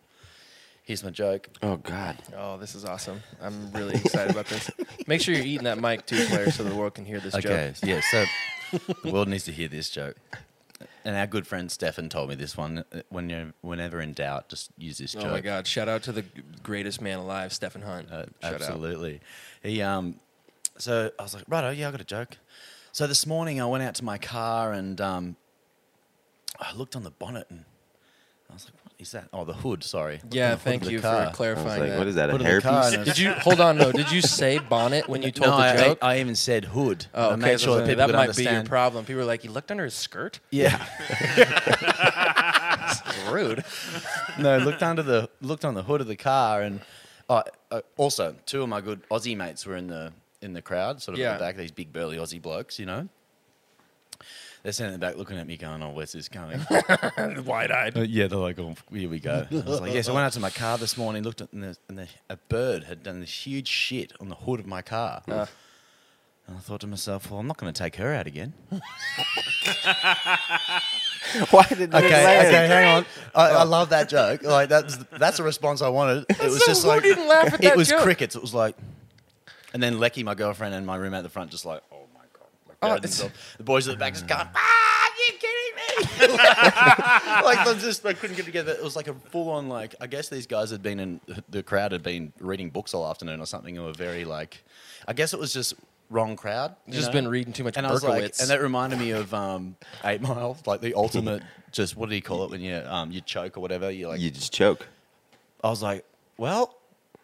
[SPEAKER 4] here's my joke.
[SPEAKER 2] Oh God.
[SPEAKER 3] Oh, this is awesome. I'm really excited about this. Make sure you're eating that mic too, Claire, so the world can hear this joke.
[SPEAKER 4] yeah, so the world needs to hear this joke. And our good friend Stefan told me this one uh, when you're, whenever in doubt, just use this joke.
[SPEAKER 3] Oh my God! Shout out to the greatest man alive, Stephen Hunt.
[SPEAKER 4] Uh,
[SPEAKER 3] Shout out.
[SPEAKER 4] absolutely. He um, so I was like, right, oh yeah, I got a joke. So this morning I went out to my car and um, I looked on the bonnet and I was like, what is that? Oh, the hood. Sorry. Looked on
[SPEAKER 3] Yeah,
[SPEAKER 4] the hood of
[SPEAKER 3] thank
[SPEAKER 4] the
[SPEAKER 3] you
[SPEAKER 4] car.
[SPEAKER 3] for
[SPEAKER 2] I was
[SPEAKER 3] clarifying
[SPEAKER 2] like,
[SPEAKER 3] that.
[SPEAKER 2] what is that? A
[SPEAKER 4] Put it in the car
[SPEAKER 2] hairpiece?
[SPEAKER 4] and I was
[SPEAKER 3] Did you hold on? No, did you say bonnet when you told
[SPEAKER 4] no,
[SPEAKER 3] the
[SPEAKER 4] I,
[SPEAKER 3] joke?
[SPEAKER 4] I, I even said hood.
[SPEAKER 3] oh,
[SPEAKER 4] I
[SPEAKER 3] okay.
[SPEAKER 4] made
[SPEAKER 3] so
[SPEAKER 4] sure that people
[SPEAKER 3] that
[SPEAKER 4] could
[SPEAKER 3] might be your
[SPEAKER 4] understand.
[SPEAKER 3] problem. People were like, "He looked under his skirt."
[SPEAKER 4] Yeah.
[SPEAKER 3] Rude.
[SPEAKER 4] no, looked under the looked on the hood of the car, and uh, uh, also two of my good Aussie mates were in the in the crowd, sort of in
[SPEAKER 3] Yeah.
[SPEAKER 4] the back. These big burly Aussie blokes, you know. They're sitting in the back looking at me, going, "Oh, where's this coming?"
[SPEAKER 3] Wide-eyed.
[SPEAKER 4] Uh, yeah, they're like, oh, here we go. And I was like, yes, I went out to my car this morning, looked at, and, the, and the, a bird had done this huge shit on the hood of my car.
[SPEAKER 3] Uh.
[SPEAKER 4] And I thought to myself, well, I'm not going to take her out again.
[SPEAKER 2] Why did that
[SPEAKER 4] Okay,
[SPEAKER 2] land?
[SPEAKER 4] okay, hang on. I, I love that joke. Like that's that's a response I wanted. It was
[SPEAKER 3] Oh. so
[SPEAKER 4] just
[SPEAKER 3] who
[SPEAKER 4] like
[SPEAKER 3] didn't laugh at
[SPEAKER 4] it
[SPEAKER 3] that
[SPEAKER 4] was
[SPEAKER 3] joke?
[SPEAKER 4] crickets. It was like, and then Lecky, my girlfriend, and my roommate at the front, just like, oh my god. Like,
[SPEAKER 3] Oh,
[SPEAKER 4] grabbed
[SPEAKER 3] it's- Mm.
[SPEAKER 4] themselves. the boys at the back just going, ah, are you kidding me? like they just they couldn't get together. It was like a full on like I guess these guys had been in the crowd had been reading books all afternoon or something and were very like I guess it was just wrong crowd. you
[SPEAKER 3] Just
[SPEAKER 4] know?
[SPEAKER 3] been reading too much
[SPEAKER 4] and I was like,
[SPEAKER 3] Berkowitz.
[SPEAKER 4] and that reminded me of um, Eight Mile, like the ultimate. Just what do you call it when you um, you choke or whatever? You like.
[SPEAKER 2] You just choke.
[SPEAKER 4] I was like, well,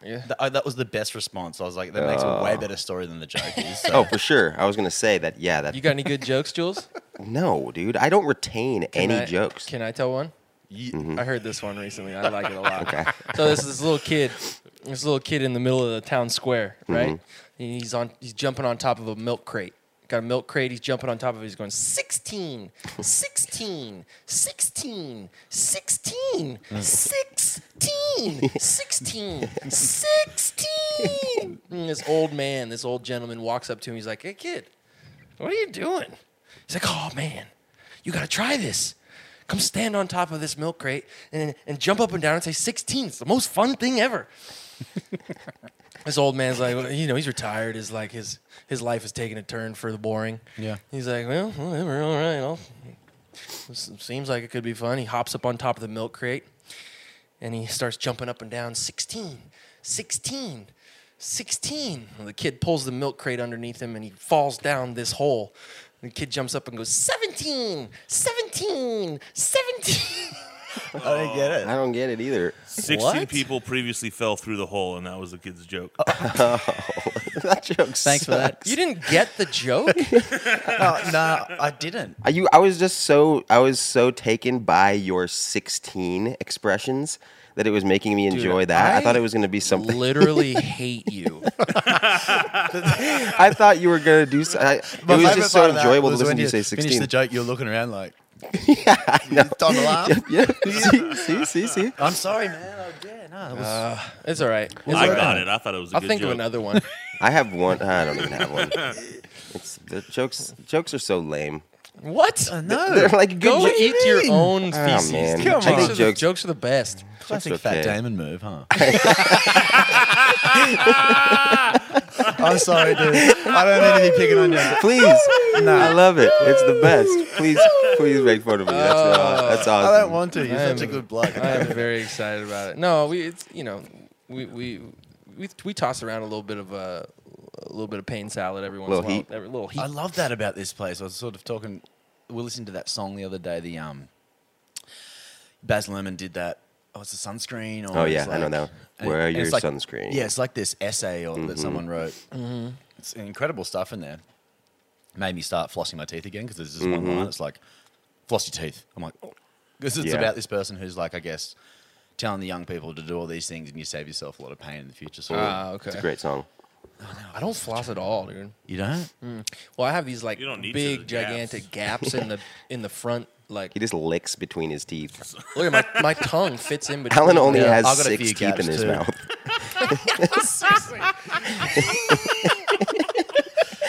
[SPEAKER 3] Yeah.
[SPEAKER 4] th- I, that was the best response. I was like, that makes a way better story than the joke is. So.
[SPEAKER 2] Oh, for sure. I was gonna say that. Yeah, that.
[SPEAKER 3] You got any good jokes, Jules?
[SPEAKER 2] no, dude. I don't retain
[SPEAKER 3] Can
[SPEAKER 2] any
[SPEAKER 3] I-
[SPEAKER 2] jokes.
[SPEAKER 3] Can I tell one?
[SPEAKER 4] Ye-
[SPEAKER 3] I heard this one recently. I like it a lot.
[SPEAKER 2] Okay.
[SPEAKER 3] So this this little kid, this little kid in the middle of the town square, right? And he's on he's jumping on top of a milk crate. Got a milk crate, he's jumping on top of it. He's going 16, 16, 16, 16, 16, 16, 16. And this old man, this old gentleman walks up to him. He's like, hey, kid, what are you doing? He's like, oh man, you gotta try this. Come stand on top of this milk crate and, and jump up and down and say 16. It's the most fun thing ever. this old man's like, well, you know, he's retired. His like his his life is taking a turn for the boring.
[SPEAKER 4] Yeah.
[SPEAKER 3] He's like, well, whatever, all right. I'll, this seems like it could be fun. He hops up on top of the milk crate and he starts jumping up and down 16 16 16 and the kid pulls the milk crate underneath him and he falls down this hole the kid jumps up and goes 17 17 17
[SPEAKER 4] I
[SPEAKER 3] Oh,
[SPEAKER 4] didn't get it.
[SPEAKER 2] I don't get it either.
[SPEAKER 5] 16
[SPEAKER 4] What?
[SPEAKER 5] people previously fell through the hole, and that was the kid's joke.
[SPEAKER 3] Oh,
[SPEAKER 2] that joke.
[SPEAKER 4] Thanks for that.
[SPEAKER 3] you didn't get the joke
[SPEAKER 4] No, no, I didn't.
[SPEAKER 2] Are you? I was just so I was so taken by your sixteen expressions that it was making me enjoy that. I, thought it was going to be something.
[SPEAKER 3] literally hate you
[SPEAKER 2] I thought you were going to do. So, I, it
[SPEAKER 4] My
[SPEAKER 2] was
[SPEAKER 4] favourite
[SPEAKER 2] just so
[SPEAKER 4] part of that
[SPEAKER 2] enjoyable to
[SPEAKER 4] was
[SPEAKER 2] listen
[SPEAKER 4] when
[SPEAKER 2] to you say
[SPEAKER 4] Finish
[SPEAKER 2] sixteen.
[SPEAKER 4] the joke. You're looking around like, yeah, time to laugh.
[SPEAKER 2] yeah. see, see, see, see.
[SPEAKER 4] I'm sorry, man. Oh, yeah, no, it was,
[SPEAKER 3] it's all right It's
[SPEAKER 5] I
[SPEAKER 3] all right.
[SPEAKER 5] got it. I thought it was a
[SPEAKER 3] i'll
[SPEAKER 5] good
[SPEAKER 3] think
[SPEAKER 5] joke.
[SPEAKER 3] of another one
[SPEAKER 2] I have one. I don't even have one. It's the jokes. Jokes are so lame.
[SPEAKER 3] what
[SPEAKER 4] no.
[SPEAKER 2] They're like good
[SPEAKER 3] Uh, go
[SPEAKER 2] jo-
[SPEAKER 3] eat your own
[SPEAKER 2] Oh,
[SPEAKER 3] feces
[SPEAKER 2] man.
[SPEAKER 3] The
[SPEAKER 2] Come
[SPEAKER 3] Ah, jokes,
[SPEAKER 2] on.
[SPEAKER 3] Are the,
[SPEAKER 2] Jokes-
[SPEAKER 3] jokes are the best
[SPEAKER 4] Classic
[SPEAKER 2] It's
[SPEAKER 4] Fat
[SPEAKER 2] okay.
[SPEAKER 4] Damon move, huh? I'm sorry, dude. I don't mean to be picking on you.
[SPEAKER 2] Please, I love it. It's the best. Please, please make fun of me. That's, uh, that's awesome.
[SPEAKER 4] Oh. I don't want to. You're
[SPEAKER 3] I
[SPEAKER 4] such a
[SPEAKER 3] am-
[SPEAKER 4] good bloke.
[SPEAKER 3] I am very excited about it. No, we it's you know we we we, we toss around a little bit of uh, a little bit of pain salad every once in a
[SPEAKER 2] Little
[SPEAKER 3] while.
[SPEAKER 2] heat.
[SPEAKER 3] Every, little heat.
[SPEAKER 4] I love that about this place. I was sort of talking. We were listening to that song the other day. The um, Baz Luhrmann did that. Oh, it's a sunscreen. Or
[SPEAKER 2] Oh,
[SPEAKER 4] it's
[SPEAKER 2] yeah, I know
[SPEAKER 4] like-
[SPEAKER 2] that one.
[SPEAKER 4] and-
[SPEAKER 2] Wear
[SPEAKER 4] and it's
[SPEAKER 2] your
[SPEAKER 4] like-
[SPEAKER 2] sunscreen. Mm-hmm.
[SPEAKER 4] Yeah, it's like this essay or that someone wrote. It's incredible stuff in there. made me start flossing my teeth again because there's this one line. It's like, floss your teeth. I'm like, because it's
[SPEAKER 2] Mm-hmm. Yeah.
[SPEAKER 4] about this person who's like, I guess, telling the young people to do all these things and you save yourself a lot of pain in the future. So
[SPEAKER 3] Ah, okay.
[SPEAKER 2] It's a great song.
[SPEAKER 3] I don't floss at all, dude.
[SPEAKER 4] you don't.
[SPEAKER 3] Well, I have these like
[SPEAKER 5] You don't need
[SPEAKER 3] big,
[SPEAKER 5] to, the
[SPEAKER 3] gigantic gaps in the in the front. Like,
[SPEAKER 2] He just licks between his teeth.
[SPEAKER 3] look at my, my tongue fits in between.
[SPEAKER 2] Alan only
[SPEAKER 4] Yeah, I've
[SPEAKER 2] has
[SPEAKER 4] got a
[SPEAKER 2] six
[SPEAKER 4] few
[SPEAKER 2] teeth in
[SPEAKER 4] gaps
[SPEAKER 2] his
[SPEAKER 4] too.
[SPEAKER 2] mouth.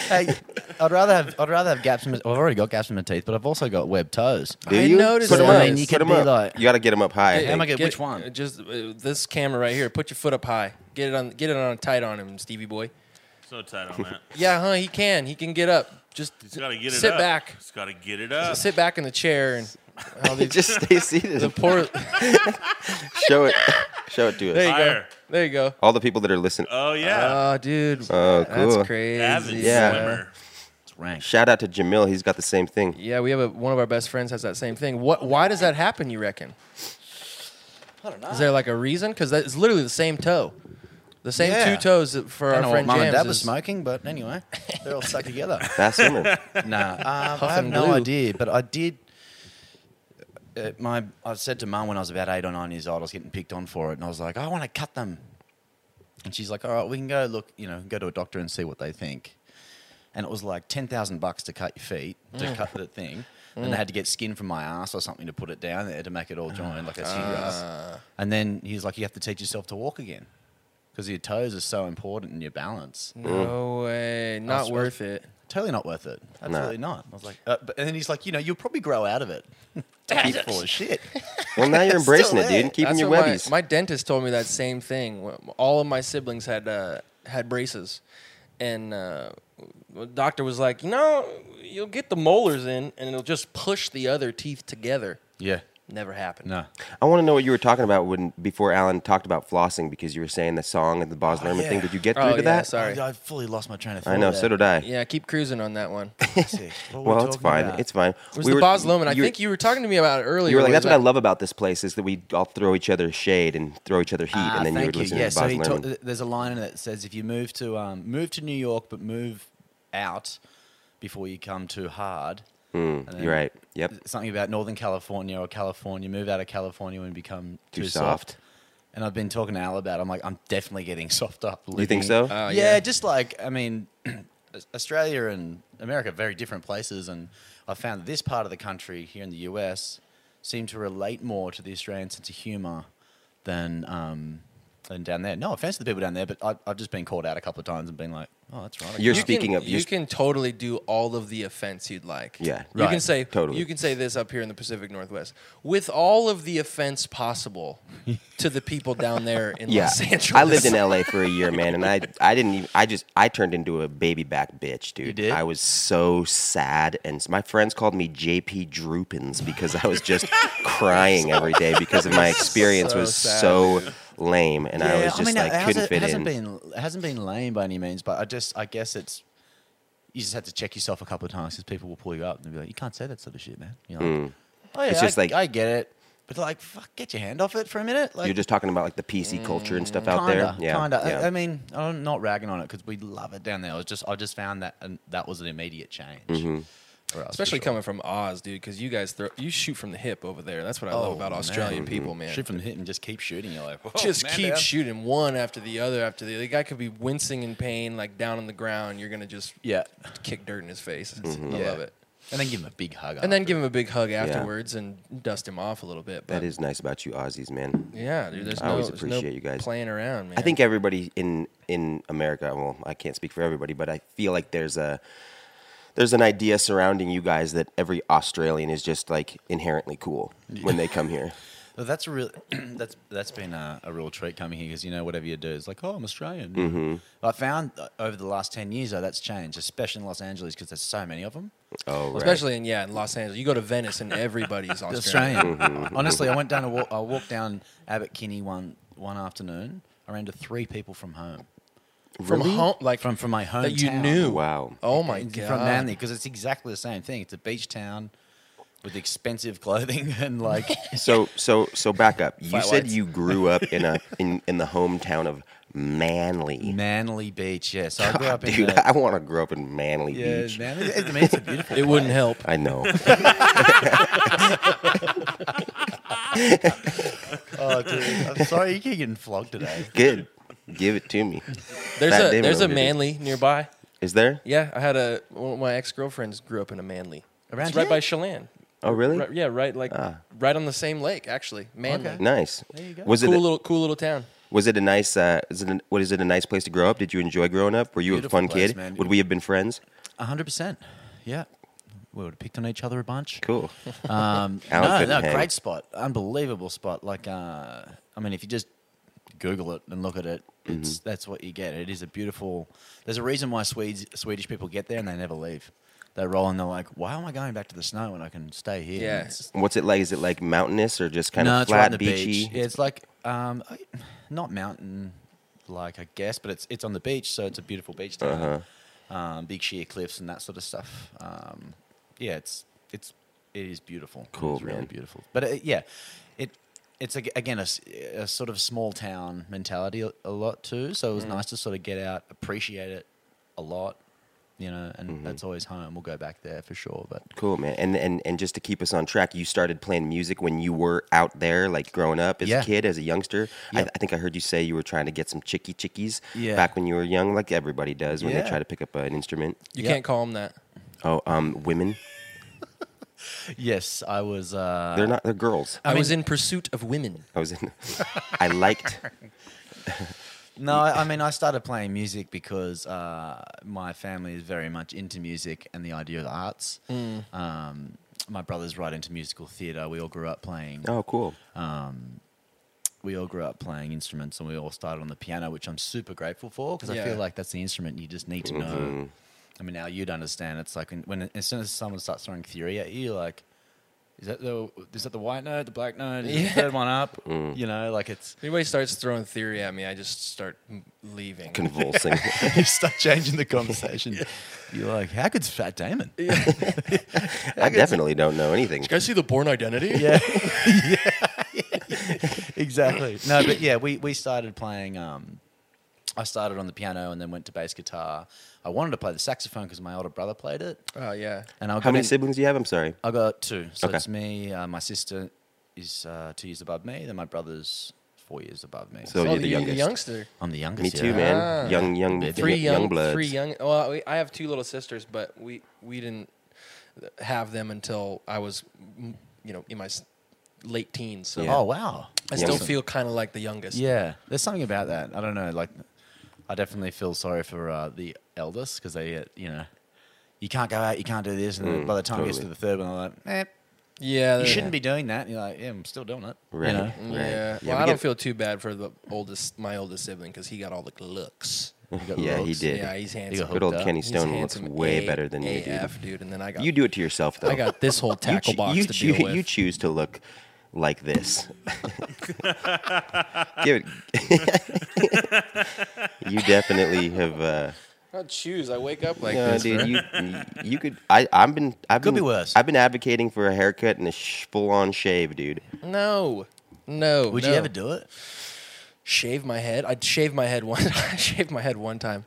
[SPEAKER 4] Hey, I'd rather have I'd rather have gaps. In my, I've already got gaps in my teeth, but I've also got webbed toes.
[SPEAKER 2] Do
[SPEAKER 3] I
[SPEAKER 2] you?
[SPEAKER 3] noticed
[SPEAKER 2] Put 'em
[SPEAKER 3] that.
[SPEAKER 2] up.
[SPEAKER 3] I mean,
[SPEAKER 4] you
[SPEAKER 2] Put
[SPEAKER 4] could
[SPEAKER 2] 'em
[SPEAKER 4] be
[SPEAKER 2] up.
[SPEAKER 4] like-
[SPEAKER 2] you got to get him up high. I
[SPEAKER 4] How am I
[SPEAKER 2] think.
[SPEAKER 4] gonna- which one?
[SPEAKER 3] uh, Just uh, this camera right here. Put your foot up high. Get it on. Get it on tight on him, Stevie boy.
[SPEAKER 5] It's no tight on that.
[SPEAKER 3] Yeah, huh? He can. He can get up. Just
[SPEAKER 5] He's got to get it
[SPEAKER 3] sit
[SPEAKER 5] up.
[SPEAKER 3] back.
[SPEAKER 5] He's got to get it up.
[SPEAKER 3] Sit back in the chair and oh,
[SPEAKER 2] You
[SPEAKER 3] the,
[SPEAKER 2] just stay seated.
[SPEAKER 3] the poor.
[SPEAKER 2] show it. Show it to
[SPEAKER 3] There
[SPEAKER 2] us.
[SPEAKER 3] you go.
[SPEAKER 5] Higher.
[SPEAKER 3] There you go.
[SPEAKER 2] All the people that are listening.
[SPEAKER 5] Oh yeah,
[SPEAKER 3] Oh, dude.
[SPEAKER 2] Oh, cool.
[SPEAKER 3] That's crazy.
[SPEAKER 5] avid
[SPEAKER 2] yeah.
[SPEAKER 5] swimmer.
[SPEAKER 4] It's rank.
[SPEAKER 2] Shout out to Jamil. He's got the same thing.
[SPEAKER 3] Yeah, we have a, one of our best friends has that same thing. What? Why does that happen? You reckon?
[SPEAKER 4] I don't know.
[SPEAKER 3] Is there like a reason? Because that is literally the same toe, the same
[SPEAKER 4] Yeah.
[SPEAKER 3] two toes that- for our
[SPEAKER 4] I don't know what
[SPEAKER 3] friend
[SPEAKER 4] mum and
[SPEAKER 3] James.
[SPEAKER 4] dad were
[SPEAKER 3] is-
[SPEAKER 4] smoking, but anyway, they're all stuck together.
[SPEAKER 2] Fast swimmer.
[SPEAKER 4] Nah, um, I have
[SPEAKER 3] Huffing
[SPEAKER 4] no
[SPEAKER 3] glue.
[SPEAKER 4] idea, but I did. Uh, my, I said to mum when I was about eight or nine years old, I was getting picked on for it, and I was like, I want to cut them. And she's like, All right, we can go look, you know, go to a doctor and see what they think. And it was like ten thousand bucks to cut your feet, to cut the thing. And they had to get skin from my ass or something to put it down there to make it all join, like a seagrass. And then he's like, You have to teach yourself to walk again. Because your toes are so important and your balance.
[SPEAKER 3] No way. Not
[SPEAKER 4] swear-
[SPEAKER 3] worth it.
[SPEAKER 4] Totally not worth it. Absolutely not. I was like, uh, but, and then he's like, you know, you'll probably grow out of it. Dad, you're full of shit.
[SPEAKER 2] Well, now you're
[SPEAKER 4] Still
[SPEAKER 2] embracing it,
[SPEAKER 4] there.
[SPEAKER 2] dude. and Keeping
[SPEAKER 3] That's
[SPEAKER 2] your
[SPEAKER 3] what my-
[SPEAKER 2] webbies.
[SPEAKER 3] My, dentist told me that same thing. All of my siblings had uh, had braces, and uh, the doctor was like, "You know, you'll get the molars in, and it'll just push the other teeth together."
[SPEAKER 4] yeah.
[SPEAKER 3] Never happened.
[SPEAKER 4] No.
[SPEAKER 2] I want to know what you were talking about when before Alan talked about flossing because you were saying the song and the Boz Lerman thing.
[SPEAKER 4] yeah.
[SPEAKER 2] Did you get through
[SPEAKER 3] Oh,
[SPEAKER 2] to
[SPEAKER 3] yeah,
[SPEAKER 2] that?
[SPEAKER 3] sorry.
[SPEAKER 4] I, I fully lost my train of thought.
[SPEAKER 2] I know.
[SPEAKER 4] there.
[SPEAKER 2] So did I.
[SPEAKER 3] Yeah, keep cruising on that one.
[SPEAKER 4] Sick. What were we
[SPEAKER 2] Well, it's
[SPEAKER 4] talking
[SPEAKER 2] fine.
[SPEAKER 4] about?
[SPEAKER 2] It's fine.
[SPEAKER 3] It was the Boz Lumen. I think you were talking to me about it earlier.
[SPEAKER 2] You were like,
[SPEAKER 3] was
[SPEAKER 2] that's what I
[SPEAKER 3] that-
[SPEAKER 2] love about this place is that we all throw each other shade and throw each other heat,
[SPEAKER 4] Ah,
[SPEAKER 2] and then you
[SPEAKER 4] thank
[SPEAKER 2] would listen
[SPEAKER 4] Yeah,
[SPEAKER 2] to
[SPEAKER 4] so
[SPEAKER 2] Boz
[SPEAKER 4] he
[SPEAKER 2] Lerman.
[SPEAKER 4] talk- there's a line in it that says if you move to um, move to New York but move out before you come too hard. and then
[SPEAKER 2] Hmm, You're right. Yep.
[SPEAKER 4] Something about Northern California or California. Move out of California and become too,
[SPEAKER 2] Too soft.
[SPEAKER 4] And I've been talking to Al about. it. I'm like, I'm definitely getting soft up.
[SPEAKER 2] You think
[SPEAKER 4] living-
[SPEAKER 2] so?
[SPEAKER 3] Oh,
[SPEAKER 4] yeah,
[SPEAKER 3] yeah.
[SPEAKER 4] just like I mean, Australia and America are very different places, and I found that this part of the country here in the US seemed to relate more to the Australian sense of humour than um, than down there. No offense to the people down there, but I, I've just been called out a couple of times and been like, oh, that's right. I
[SPEAKER 2] You're
[SPEAKER 4] can't."
[SPEAKER 2] speaking
[SPEAKER 3] can,
[SPEAKER 2] of
[SPEAKER 3] you
[SPEAKER 2] you're,
[SPEAKER 3] can totally do all of the offense you'd like.
[SPEAKER 2] Yeah,
[SPEAKER 3] you can
[SPEAKER 4] right,
[SPEAKER 3] say
[SPEAKER 2] totally.
[SPEAKER 3] You can say this up here in the Pacific Northwest with all of the offense possible to the people down there in
[SPEAKER 2] yeah.
[SPEAKER 3] Los Angeles.
[SPEAKER 2] I lived in LA for a year, man, and I I didn't even I just I turned into a baby back bitch, dude.
[SPEAKER 4] did?
[SPEAKER 2] I was so sad, and s- my friends called me JP Droopins because I was just crying every day because of my experience
[SPEAKER 3] So
[SPEAKER 2] was
[SPEAKER 3] sad,
[SPEAKER 2] so lame, and I
[SPEAKER 4] Yeah,
[SPEAKER 2] was just like
[SPEAKER 4] how's
[SPEAKER 2] couldn't
[SPEAKER 4] it,
[SPEAKER 2] fit in.
[SPEAKER 4] hasn't Been, it hasn't been lame by any means, but I just, I guess it's, you just have to check yourself a couple of times because people will pull you up and be like, you can't say that sort of shit, man. You're like, oh yeah,
[SPEAKER 2] Mm. It's just
[SPEAKER 4] I,
[SPEAKER 2] like-
[SPEAKER 4] I get it, but like, fuck, get your hand off it for a minute. Like,
[SPEAKER 2] You're just talking about like the PC culture and stuff out there.
[SPEAKER 4] kinda,
[SPEAKER 2] Yeah,
[SPEAKER 4] kinda. I-
[SPEAKER 2] yeah.
[SPEAKER 4] I, mean, I'm not ragging on it because we love it down there. I was just, I just found that, and that was an immediate change.
[SPEAKER 2] Mm-hmm.
[SPEAKER 4] for us, for
[SPEAKER 3] especially
[SPEAKER 4] sure.
[SPEAKER 3] coming from Oz, dude, because you guys throw you shoot from the hip over there. That's what I love
[SPEAKER 4] Oh,
[SPEAKER 3] about
[SPEAKER 4] man.
[SPEAKER 3] Australian people, man.
[SPEAKER 4] Shoot from the hip and just keep shooting. You're like, "Whoa,
[SPEAKER 2] Oh,
[SPEAKER 3] just
[SPEAKER 4] man
[SPEAKER 3] keep
[SPEAKER 4] down."
[SPEAKER 3] shooting one after the other after the other. The guy could be wincing in pain, like down on the ground. You're gonna just
[SPEAKER 4] Yeah,
[SPEAKER 3] kick dirt in his face. It's-
[SPEAKER 2] Mm-hmm.
[SPEAKER 3] I
[SPEAKER 4] Yeah.
[SPEAKER 3] love it.
[SPEAKER 4] and then give him a big hug.
[SPEAKER 3] And then give him a big hug afterwards and dust him off a little bit. But
[SPEAKER 2] that is nice about you, Aussies, man.
[SPEAKER 3] Yeah, dude. There's
[SPEAKER 2] I
[SPEAKER 3] no,
[SPEAKER 2] always
[SPEAKER 3] there's no
[SPEAKER 2] appreciate you guys.
[SPEAKER 3] playing around, man.
[SPEAKER 2] I think everybody in in America. Well, I can't speak for everybody, but I feel like there's a there's an idea surrounding you guys that every Australian is just like inherently cool when they come here.
[SPEAKER 4] Well, that's a real. that's that's been a, a real treat coming here because you know whatever you do, it's like oh I'm Australian.
[SPEAKER 2] Mm-hmm.
[SPEAKER 4] I found uh, over the last ten years though that's changed, especially in Los Angeles because there's so many of them.
[SPEAKER 2] Oh, right.
[SPEAKER 3] especially in yeah in Los Angeles. You go to Venice and everybody's Australian.
[SPEAKER 4] Australian.
[SPEAKER 2] Mm-hmm.
[SPEAKER 4] Honestly, I went down. A walk, I walked down Abbott Kinney one one afternoon. I ran to three people from home,
[SPEAKER 3] from home, like
[SPEAKER 4] from from my home
[SPEAKER 3] that you knew.
[SPEAKER 2] Wow.
[SPEAKER 3] Oh my god.
[SPEAKER 4] from Manly because it's exactly the same thing. It's a beach town with expensive clothing and like
[SPEAKER 2] So so so back up. You
[SPEAKER 4] Fight
[SPEAKER 2] said
[SPEAKER 4] lights.
[SPEAKER 2] you grew up in a in in the hometown of Manly.
[SPEAKER 4] Manly Beach, yeah. So I grew up in
[SPEAKER 2] Dude,
[SPEAKER 4] the,
[SPEAKER 2] I want to grow up in Manly
[SPEAKER 4] yeah,
[SPEAKER 2] Beach.
[SPEAKER 4] Manly. I mean, it's a beautiful.
[SPEAKER 3] It wouldn't help.
[SPEAKER 2] I know.
[SPEAKER 4] oh, dude, I'm sorry, you keep getting flogged today.
[SPEAKER 2] Good. Give it to me.
[SPEAKER 3] There's
[SPEAKER 2] That
[SPEAKER 3] a
[SPEAKER 2] David
[SPEAKER 3] there's a
[SPEAKER 2] over there.
[SPEAKER 3] Manly nearby.
[SPEAKER 2] Is there?
[SPEAKER 3] Yeah, I had a one of my ex girlfriends grew up in a Manly.
[SPEAKER 4] Around
[SPEAKER 3] It's right
[SPEAKER 4] here?
[SPEAKER 3] by Chelan.
[SPEAKER 2] Oh, really?
[SPEAKER 3] Right, yeah, right like
[SPEAKER 2] Ah.
[SPEAKER 3] right on the same lake actually. Manly.
[SPEAKER 4] Okay.
[SPEAKER 2] Nice.
[SPEAKER 4] There you go.
[SPEAKER 2] Was it
[SPEAKER 3] Cool
[SPEAKER 2] a,
[SPEAKER 3] little cool little town.
[SPEAKER 2] was it a nice uh, is it an, what is it a nice place to grow up? Did you enjoy growing up? Were you
[SPEAKER 4] Beautiful
[SPEAKER 2] a fun
[SPEAKER 4] place,
[SPEAKER 2] kid?
[SPEAKER 4] man.
[SPEAKER 2] Would we have been friends?
[SPEAKER 4] hundred percent. Yeah, we would have picked on each other a bunch.
[SPEAKER 2] Cool.
[SPEAKER 4] Um,
[SPEAKER 2] Alan
[SPEAKER 4] no, no,
[SPEAKER 2] couldn't hang.
[SPEAKER 4] great spot, unbelievable spot. Like, uh, I mean, if you just Google it and look at it, it's that's what you get. It is a beautiful. There's a reason why Swedes, Swedish people get there and they never leave. They roll and they're like, "Why am I going back to the snow when I can stay here?"
[SPEAKER 3] Yeah.
[SPEAKER 4] And it's-
[SPEAKER 2] What's it like? Is it like mountainous or just kind
[SPEAKER 4] no,
[SPEAKER 2] of
[SPEAKER 4] it's right on
[SPEAKER 2] flat,
[SPEAKER 4] the
[SPEAKER 2] beachy?
[SPEAKER 4] beach. Yeah, it's like um, I- not mountain like I guess, but it's it's on the beach, so it's a beautiful beach town.
[SPEAKER 2] Uh-huh.
[SPEAKER 4] Um, big sheer cliffs and that sort of stuff. Um, yeah, it's it's it is beautiful.
[SPEAKER 2] Cool,
[SPEAKER 4] it's really
[SPEAKER 2] man.
[SPEAKER 4] beautiful. But it, yeah, it it's ag- again a, s- a sort of small town mentality a, a lot too. So it
[SPEAKER 2] Mm.
[SPEAKER 4] was nice to sort of get out, appreciate it a lot. You know, and
[SPEAKER 2] Mm-hmm.
[SPEAKER 4] that's always home. We'll go back there for sure. But
[SPEAKER 2] Cool, man. And, and and just to keep us on track, you started playing music when you were out there, like growing up as
[SPEAKER 4] Yeah.
[SPEAKER 2] a kid, as a youngster.
[SPEAKER 4] Yeah.
[SPEAKER 2] I, I think I heard you say you were trying to get some chicky chickies
[SPEAKER 4] Yeah.
[SPEAKER 2] back when you were young, like everybody does when
[SPEAKER 4] Yeah.
[SPEAKER 2] they try to pick up uh, an instrument.
[SPEAKER 3] You
[SPEAKER 4] Yeah.
[SPEAKER 3] can't call them that.
[SPEAKER 2] Oh, um, women.
[SPEAKER 4] yes, I was. Uh,
[SPEAKER 2] They're not. They're girls.
[SPEAKER 3] I, was in pursuit of women.
[SPEAKER 2] I was in. I liked.
[SPEAKER 4] No, I I mean, I started playing music because uh, my family is very much into music and the idea of the arts.
[SPEAKER 3] Hmm.
[SPEAKER 4] Um, my brother's right into musical theatre. We all grew up playing.
[SPEAKER 2] Oh, cool.
[SPEAKER 4] We all grew up playing instruments, and we all started on the piano, which I'm super grateful for because I
[SPEAKER 3] Yeah.
[SPEAKER 4] feel like that's the instrument you just need to know. I mean, now you'd understand. It's like when, when as soon as someone starts throwing theory at you, you're like. Is that the is that the white note, the black note, is it
[SPEAKER 3] Yeah.
[SPEAKER 4] the third one up? You know, like it's
[SPEAKER 3] If anybody starts throwing theory at me, I just start m- leaving.
[SPEAKER 2] Convulsing.
[SPEAKER 4] you start changing the conversation. You're like, how good's Fat Damon?
[SPEAKER 2] I definitely don't know anything.
[SPEAKER 3] guys see the Born Identity?
[SPEAKER 4] yeah. exactly. No, but yeah, we, we started playing. Um, I started on the piano and then went to bass guitar. I wanted to play the saxophone because my older brother played it.
[SPEAKER 3] Oh yeah.
[SPEAKER 4] And I
[SPEAKER 2] How
[SPEAKER 4] got
[SPEAKER 2] many
[SPEAKER 4] in-
[SPEAKER 2] siblings do you have? I'm sorry.
[SPEAKER 4] I got two. So
[SPEAKER 2] Okay.
[SPEAKER 4] it's me. Uh, my sister is uh, two years above me. Then my brother's four years above me.
[SPEAKER 2] So- Oh, you're the youngest.
[SPEAKER 3] youngster.
[SPEAKER 4] I'm the youngest.
[SPEAKER 2] Me
[SPEAKER 4] yeah.
[SPEAKER 2] too, man.
[SPEAKER 3] Ah.
[SPEAKER 2] Young, young,
[SPEAKER 3] Three young,
[SPEAKER 2] bloods.
[SPEAKER 3] three young. Well, we, I have two little sisters, but we we didn't have them until I was, mm, you know, in my s- late teens. So
[SPEAKER 2] Yeah.
[SPEAKER 4] Oh wow.
[SPEAKER 3] I still
[SPEAKER 2] Awesome.
[SPEAKER 3] feel kind of like the youngest.
[SPEAKER 4] Yeah, there's something about that. I don't know. Like, I definitely feel sorry for uh, the eldest because they, uh, you know, you can't go out, you can't do this, and then by the time it gets to
[SPEAKER 2] Mm, totally.
[SPEAKER 4] the third one, they're like, eh,
[SPEAKER 3] Oh, Yeah.
[SPEAKER 4] you
[SPEAKER 3] they're-
[SPEAKER 4] shouldn't be doing that. And you're like, yeah, I'm still doing it. you
[SPEAKER 2] Right.
[SPEAKER 4] know?
[SPEAKER 2] Right.
[SPEAKER 3] Yeah.
[SPEAKER 2] Yeah,
[SPEAKER 3] well,
[SPEAKER 2] we
[SPEAKER 3] I don't
[SPEAKER 2] get-
[SPEAKER 3] feel too bad for the oldest, my oldest sibling, because he got all the looks.
[SPEAKER 4] You got
[SPEAKER 2] Yeah, he
[SPEAKER 4] looks.
[SPEAKER 2] did.
[SPEAKER 3] Yeah, he's handsome.
[SPEAKER 4] hooked
[SPEAKER 2] Good old
[SPEAKER 4] up.
[SPEAKER 2] Kenny
[SPEAKER 3] He's
[SPEAKER 2] Stone looks
[SPEAKER 3] handsome
[SPEAKER 2] way
[SPEAKER 3] A-
[SPEAKER 2] better than me, dude.
[SPEAKER 3] AF, dude. And then I got
[SPEAKER 2] You do it to yourself, though.
[SPEAKER 3] I got this whole
[SPEAKER 2] You
[SPEAKER 3] tackle
[SPEAKER 2] choo-
[SPEAKER 3] box
[SPEAKER 2] you
[SPEAKER 3] to
[SPEAKER 2] choo-
[SPEAKER 3] deal with.
[SPEAKER 2] You choose to look like this. Give it. you definitely have. Uh,
[SPEAKER 3] I choose. I wake up like
[SPEAKER 2] no,
[SPEAKER 3] this.
[SPEAKER 2] dude,
[SPEAKER 3] bro.
[SPEAKER 2] you you could. I I've been I've
[SPEAKER 4] Could
[SPEAKER 2] been
[SPEAKER 4] be worse.
[SPEAKER 2] I've been advocating for a haircut and a sh- full on shave, dude.
[SPEAKER 3] No. No.
[SPEAKER 4] Would
[SPEAKER 3] no.
[SPEAKER 4] you ever do it?
[SPEAKER 3] shave my head. I'd shave my head one. I shaved my head one time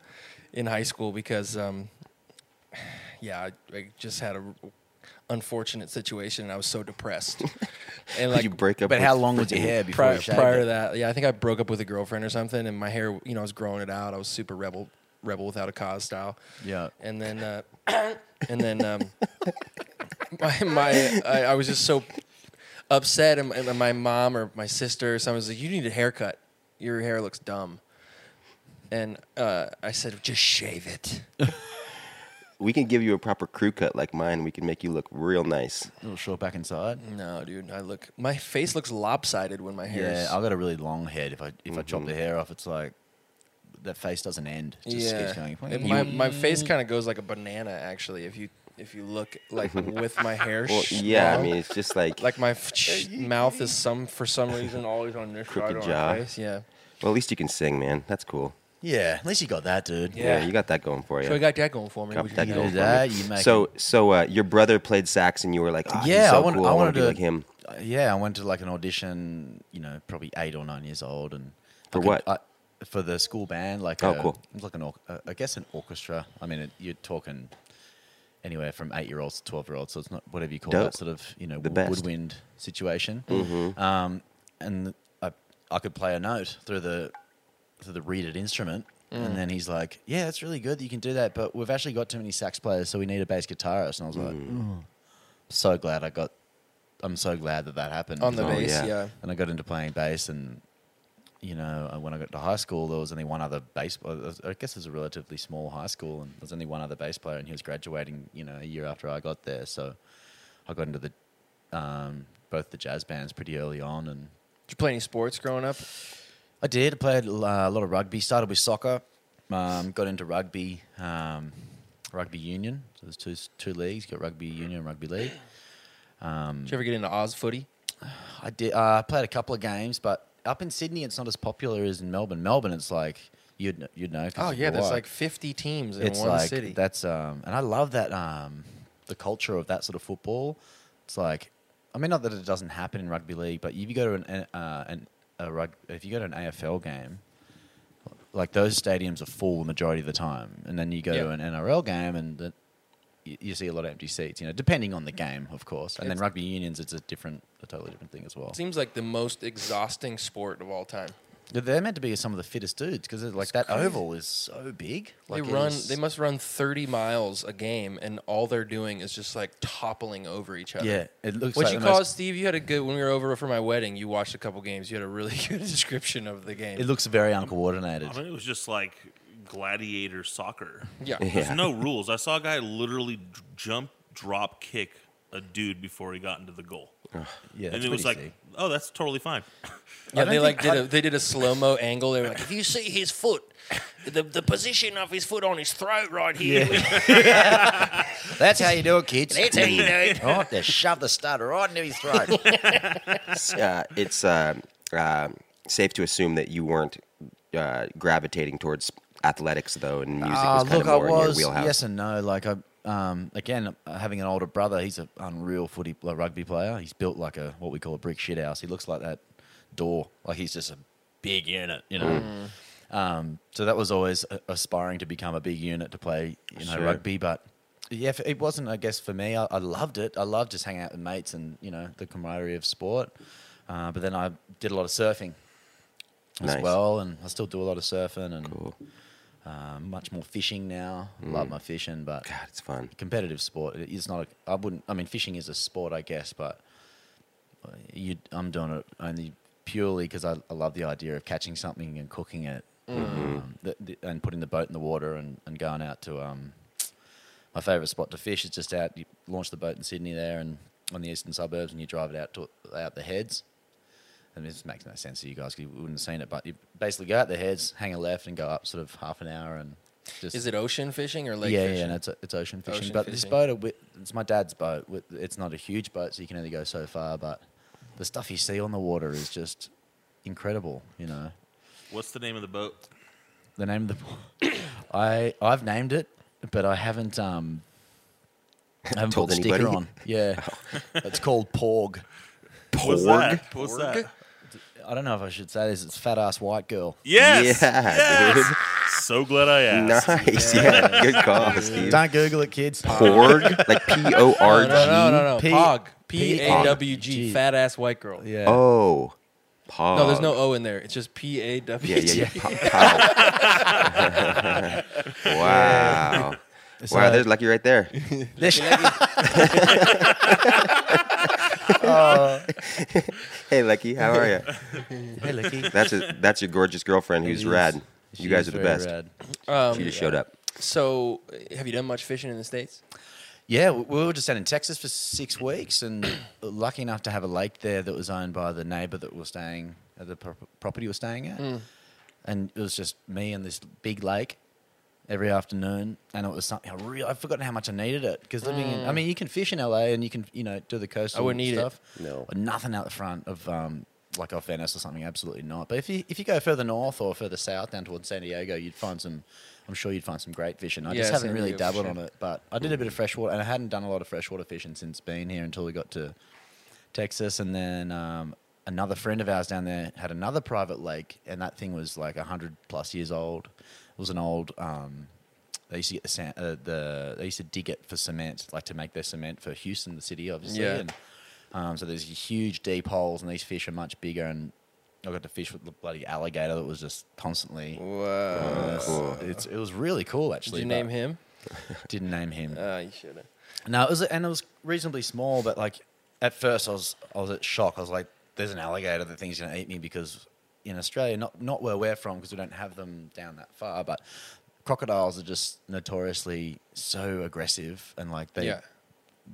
[SPEAKER 3] in high school because, um, yeah, I, I just had a r- unfortunate situation and I was so depressed. And like
[SPEAKER 2] you break up.
[SPEAKER 4] But
[SPEAKER 2] with
[SPEAKER 4] how long was your
[SPEAKER 2] freaking-
[SPEAKER 4] hair before
[SPEAKER 3] prior,
[SPEAKER 4] you shaved
[SPEAKER 3] prior
[SPEAKER 4] it?
[SPEAKER 3] to that, yeah, I think I broke up with a girlfriend or something, and my hair, you know, I was growing it out. I was super rebel, rebel without a cause style.
[SPEAKER 4] Yeah.
[SPEAKER 3] And then, uh, and then, um, my, my I, I was just so upset, and, and my mom or my sister or someone was like, "You need a haircut. Your hair looks dumb." And uh, I said, "Just shave it."
[SPEAKER 2] We can give you a proper crew cut like mine. We can make you look real nice.
[SPEAKER 4] A little short back inside.
[SPEAKER 3] No, dude, I look. My face looks lopsided when my hair.
[SPEAKER 4] Yeah, I got a really long head. If I if I chop the hair off, it's like that face doesn't end. It just keeps going.
[SPEAKER 3] It- my, my face kind of goes like a banana actually if you if you look like with my hair.
[SPEAKER 2] Well,
[SPEAKER 3] sh-
[SPEAKER 2] yeah, I
[SPEAKER 3] long.
[SPEAKER 2] mean uh, it's just like
[SPEAKER 3] like my f- sh- mouth is some for some reason always on this
[SPEAKER 2] Crooked
[SPEAKER 3] side of
[SPEAKER 2] jaw.
[SPEAKER 3] my face. Yeah.
[SPEAKER 2] well, at least you can sing, man. That's cool.
[SPEAKER 4] yeah, at least you got that, dude.
[SPEAKER 2] Yeah,
[SPEAKER 3] Yeah.
[SPEAKER 2] you got that going for you.
[SPEAKER 3] So I got that going for me.
[SPEAKER 2] Got
[SPEAKER 3] which is
[SPEAKER 2] that
[SPEAKER 3] nice.
[SPEAKER 4] You
[SPEAKER 2] going
[SPEAKER 4] do
[SPEAKER 2] for
[SPEAKER 4] that,
[SPEAKER 2] me.
[SPEAKER 4] you make
[SPEAKER 2] so so uh, your brother played sax and you were like, oh,
[SPEAKER 4] yeah,
[SPEAKER 2] he's so
[SPEAKER 4] I, wanted,
[SPEAKER 2] cool.
[SPEAKER 4] I
[SPEAKER 2] wanna
[SPEAKER 4] wanted
[SPEAKER 2] be
[SPEAKER 4] to
[SPEAKER 2] like him.
[SPEAKER 4] uh, Yeah, I went to like an audition. You know, probably eight or nine years old, and I
[SPEAKER 2] For
[SPEAKER 4] could-
[SPEAKER 2] what?
[SPEAKER 4] I- for the school band, like
[SPEAKER 2] Oh,
[SPEAKER 4] a,
[SPEAKER 2] cool.
[SPEAKER 4] it was like an or- uh, I guess an orchestra. I mean, it, you're talking anywhere from eight year olds to twelve year olds, so it's not whatever you call
[SPEAKER 2] Dope.
[SPEAKER 4] that sort of you know
[SPEAKER 2] The
[SPEAKER 4] wo-
[SPEAKER 2] best. Mm-hmm.
[SPEAKER 4] woodwind situation. Um, and I I could play a note through the through the reeded instrument. And then he's like, "Yeah, it's really good that you can do that, but we've actually got too many sax players, so we need a bass guitarist." And I was like,
[SPEAKER 2] Mm.
[SPEAKER 4] "Oh, "So glad I got. I'm so glad that that happened
[SPEAKER 3] on the
[SPEAKER 2] Oh,
[SPEAKER 3] bass.
[SPEAKER 2] yeah.
[SPEAKER 3] Yeah.
[SPEAKER 4] and I got into playing bass and you know uh, when I got to high school there was only one other bass uh, I guess it was a relatively small high school and there was only one other bass player and he was graduating you know a year after I got there so I got into the um, both the jazz bands pretty early on and
[SPEAKER 3] Did you play any sports growing up?
[SPEAKER 4] I did I played uh, a lot of rugby started with soccer um, got into rugby um, rugby union so there's two two leagues got rugby union and rugby league
[SPEAKER 3] Did you ever get into Oz footy?
[SPEAKER 4] I did. Uh, I played a couple of games, but up in Sydney, it's not as popular as in Melbourne. Melbourne, it's like you'd kn- you'd know. 'cause
[SPEAKER 3] Oh
[SPEAKER 4] of
[SPEAKER 3] yeah, there's
[SPEAKER 4] Hawaii.
[SPEAKER 3] like 50 teams in
[SPEAKER 4] it's
[SPEAKER 3] one
[SPEAKER 4] like
[SPEAKER 3] city.
[SPEAKER 4] that's um, and I love that um, the culture of that sort of football. It's like, I mean, not that it doesn't happen in rugby league, but if you go to an an- uh, an a rug, if you go to an AFL game, like those stadiums are full the majority of the time, and then you go to
[SPEAKER 3] Yeah.
[SPEAKER 4] an NRL game and. The, you you see a lot of empty seats, you know, depending on the game, of course. And
[SPEAKER 3] It's-
[SPEAKER 4] then rugby unions, it's a different, a totally different thing as well.
[SPEAKER 3] Seems like the most exhausting sport of all time.
[SPEAKER 4] Yeah, They're meant to be some of the fittest dudes because like that
[SPEAKER 3] crazy.
[SPEAKER 4] oval is so big. Like
[SPEAKER 3] they
[SPEAKER 4] it
[SPEAKER 3] run.
[SPEAKER 4] is-
[SPEAKER 3] They must run 30 miles a game, and all they're doing is just like toppling over each other.
[SPEAKER 4] Yeah, it looks.
[SPEAKER 3] What'd
[SPEAKER 4] like
[SPEAKER 3] you
[SPEAKER 4] the
[SPEAKER 3] call it,
[SPEAKER 4] most-
[SPEAKER 3] Steve? You had a good when we were over for my wedding. You watched a couple games. You had a really good description of the game.
[SPEAKER 4] It looks very uncoordinated.
[SPEAKER 5] I mean, it was just like gladiator soccer.
[SPEAKER 3] yeah,
[SPEAKER 5] There's
[SPEAKER 2] Yeah.
[SPEAKER 5] no rules. I saw a guy literally d- jump, drop, kick a dude before he got into the goal.
[SPEAKER 4] yeah,
[SPEAKER 5] and
[SPEAKER 4] that's
[SPEAKER 5] it was
[SPEAKER 4] pretty
[SPEAKER 5] like,
[SPEAKER 4] sick.
[SPEAKER 5] oh, that's totally fine.
[SPEAKER 3] yeah.
[SPEAKER 4] don't
[SPEAKER 3] They like
[SPEAKER 4] think-
[SPEAKER 3] did a they did a slow mo angle. They were like,
[SPEAKER 1] If you see his foot, the, the position of his foot on his throat right here,
[SPEAKER 4] that's how you do it, kids.
[SPEAKER 1] that's how you know it.
[SPEAKER 4] right, they shove the starter right into his throat.
[SPEAKER 2] It's, uh, it's uh, uh, safe to assume that you weren't uh, gravitating towards athletics though, and music
[SPEAKER 4] Ah,
[SPEAKER 2] was kind
[SPEAKER 4] look,
[SPEAKER 2] of more
[SPEAKER 4] I was
[SPEAKER 2] in your wheelhouse.
[SPEAKER 4] yes and no. Like I, um, again, having an older brother, he's an unreal footy like, rugby player. He's built like a what we call a brick shit house. He looks like that door. Like he's just a big unit, you know. Um, so that was always a- aspiring to become a big unit to play, you know,
[SPEAKER 2] Sure.
[SPEAKER 4] rugby. But yeah, f- it wasn't. I guess for me, I, I loved it. I loved just hanging out with mates and you know the camaraderie of sport. Uh, but then I did a lot of surfing as
[SPEAKER 2] Nice.
[SPEAKER 4] well, and I still do a lot of surfing and
[SPEAKER 2] Cool. Mm.
[SPEAKER 4] um, much more fishing now. Love my fishing, but
[SPEAKER 2] God, it's fun.
[SPEAKER 4] um, competitive sport. It- It's not. A, I wouldn't. I mean, fishing is a sport, I guess, but uh, you, I'm doing it only purely because I, I love the idea of catching something and cooking it, um, the, the, and putting the boat in the water and, and going out to. Um, my favorite spot to fish is just out. You launch the boat in Sydney there, and on the eastern suburbs, and you drive it out to out the heads. I mean, this makes no sense to you guys 'cause you wouldn't have seen it, but you basically go out the heads, hang a left, and go up sort of half an hour, and just
[SPEAKER 3] is it ocean fishing or lake
[SPEAKER 4] yeah,
[SPEAKER 3] fishing?
[SPEAKER 4] yeah, no, it's, it's ocean fishing.
[SPEAKER 3] Ocean
[SPEAKER 4] but this
[SPEAKER 3] fishing.
[SPEAKER 4] boat, wi- it's my dad's boat. wi- It's not a huge boat, so you can only go so far. But the stuff you see on the water is just incredible. You know,
[SPEAKER 5] What's the name of the boat?
[SPEAKER 4] the name of the I I've named it, but I haven't um I haven't
[SPEAKER 2] Told
[SPEAKER 4] put the sticker
[SPEAKER 2] anybody? Oh.
[SPEAKER 4] on. Yeah, it's called Porg.
[SPEAKER 5] What's
[SPEAKER 2] Porg?
[SPEAKER 5] that? What's that?
[SPEAKER 4] I don't know if I should say this. It's fat ass white girl.
[SPEAKER 5] Yes.
[SPEAKER 2] Yeah,
[SPEAKER 5] yes!
[SPEAKER 2] dude.
[SPEAKER 5] So glad I asked.
[SPEAKER 2] Nice. Yeah. Good call, Steve.
[SPEAKER 4] Don't Google it, kids.
[SPEAKER 2] Porg, like P O R
[SPEAKER 3] No,
[SPEAKER 2] G.
[SPEAKER 3] no, no, no, no.
[SPEAKER 4] P-
[SPEAKER 3] Pog.
[SPEAKER 4] P-
[SPEAKER 3] P A W G.
[SPEAKER 4] G.
[SPEAKER 3] Fat ass white girl.
[SPEAKER 4] Yeah.
[SPEAKER 2] Oh, Pog.
[SPEAKER 3] No, there's no O in there. It's just P A W
[SPEAKER 2] Yeah,
[SPEAKER 3] G.
[SPEAKER 2] yeah, yeah. Pog. wow. wow,
[SPEAKER 4] So-
[SPEAKER 2] there's lucky right there. Hey, Lucky, how are you?
[SPEAKER 4] hey, Licky.
[SPEAKER 2] That's a, that's your gorgeous girlfriend who's
[SPEAKER 4] She's-
[SPEAKER 2] rad.
[SPEAKER 4] she
[SPEAKER 2] You guys
[SPEAKER 4] is
[SPEAKER 2] are the
[SPEAKER 4] very
[SPEAKER 2] best.
[SPEAKER 4] rad.
[SPEAKER 2] she just showed up.
[SPEAKER 3] So, uh, have you done much fishing in the states?
[SPEAKER 4] Yeah, we we were just down in Texas for six weeks, and lucky enough to have a lake there that was owned by the neighbour that was staying at the prop property we're staying at,
[SPEAKER 3] Hmm.
[SPEAKER 4] and it was just me and this big lake every afternoon, and it was something I really I've forgotten how much I needed it because living in I mean you can fish in LA and you can you know do the coastal
[SPEAKER 3] Hmm. wouldn't eat it.
[SPEAKER 4] stuff,
[SPEAKER 2] No.
[SPEAKER 4] but nothing out the front of um like off Venice or something, absolutely not. But if you if you go further north or further south down towards San Diego, you'd find some. I'm sure you'd find some great fishing. I
[SPEAKER 3] Yeah,
[SPEAKER 4] just haven't
[SPEAKER 3] San
[SPEAKER 4] really
[SPEAKER 3] Diego for
[SPEAKER 4] dabbled
[SPEAKER 3] sure.
[SPEAKER 4] on it, but I did a bit of freshwater, and I hadn't done a lot of freshwater fishing since being here until we got to Texas, and then um, another friend of ours down there had another private lake, and that thing was like hundred plus years old. It was an old. Um, they used to get the sand. Uh, the they used to dig it for cement, like to make their cement for Houston, the city, obviously.
[SPEAKER 3] Yeah.
[SPEAKER 4] And, um, so there's huge deep holes, and these fish are much bigger. And I got to fish with the bloody alligator that was just constantly.
[SPEAKER 3] Wow.
[SPEAKER 4] Uh, it's, it was really cool,
[SPEAKER 3] Did
[SPEAKER 4] actually.
[SPEAKER 3] you
[SPEAKER 4] but
[SPEAKER 3] name him?
[SPEAKER 4] Didn't name him.
[SPEAKER 3] Uh, you should have.
[SPEAKER 4] No, it was and it was reasonably small, but like at first I was I was at shock. I was like, "There's an alligator that thing's gonna eat me," because in Australia, not not where we're from, because we don't have them down that far, but crocodiles are just notoriously so aggressive and like they
[SPEAKER 3] Yeah.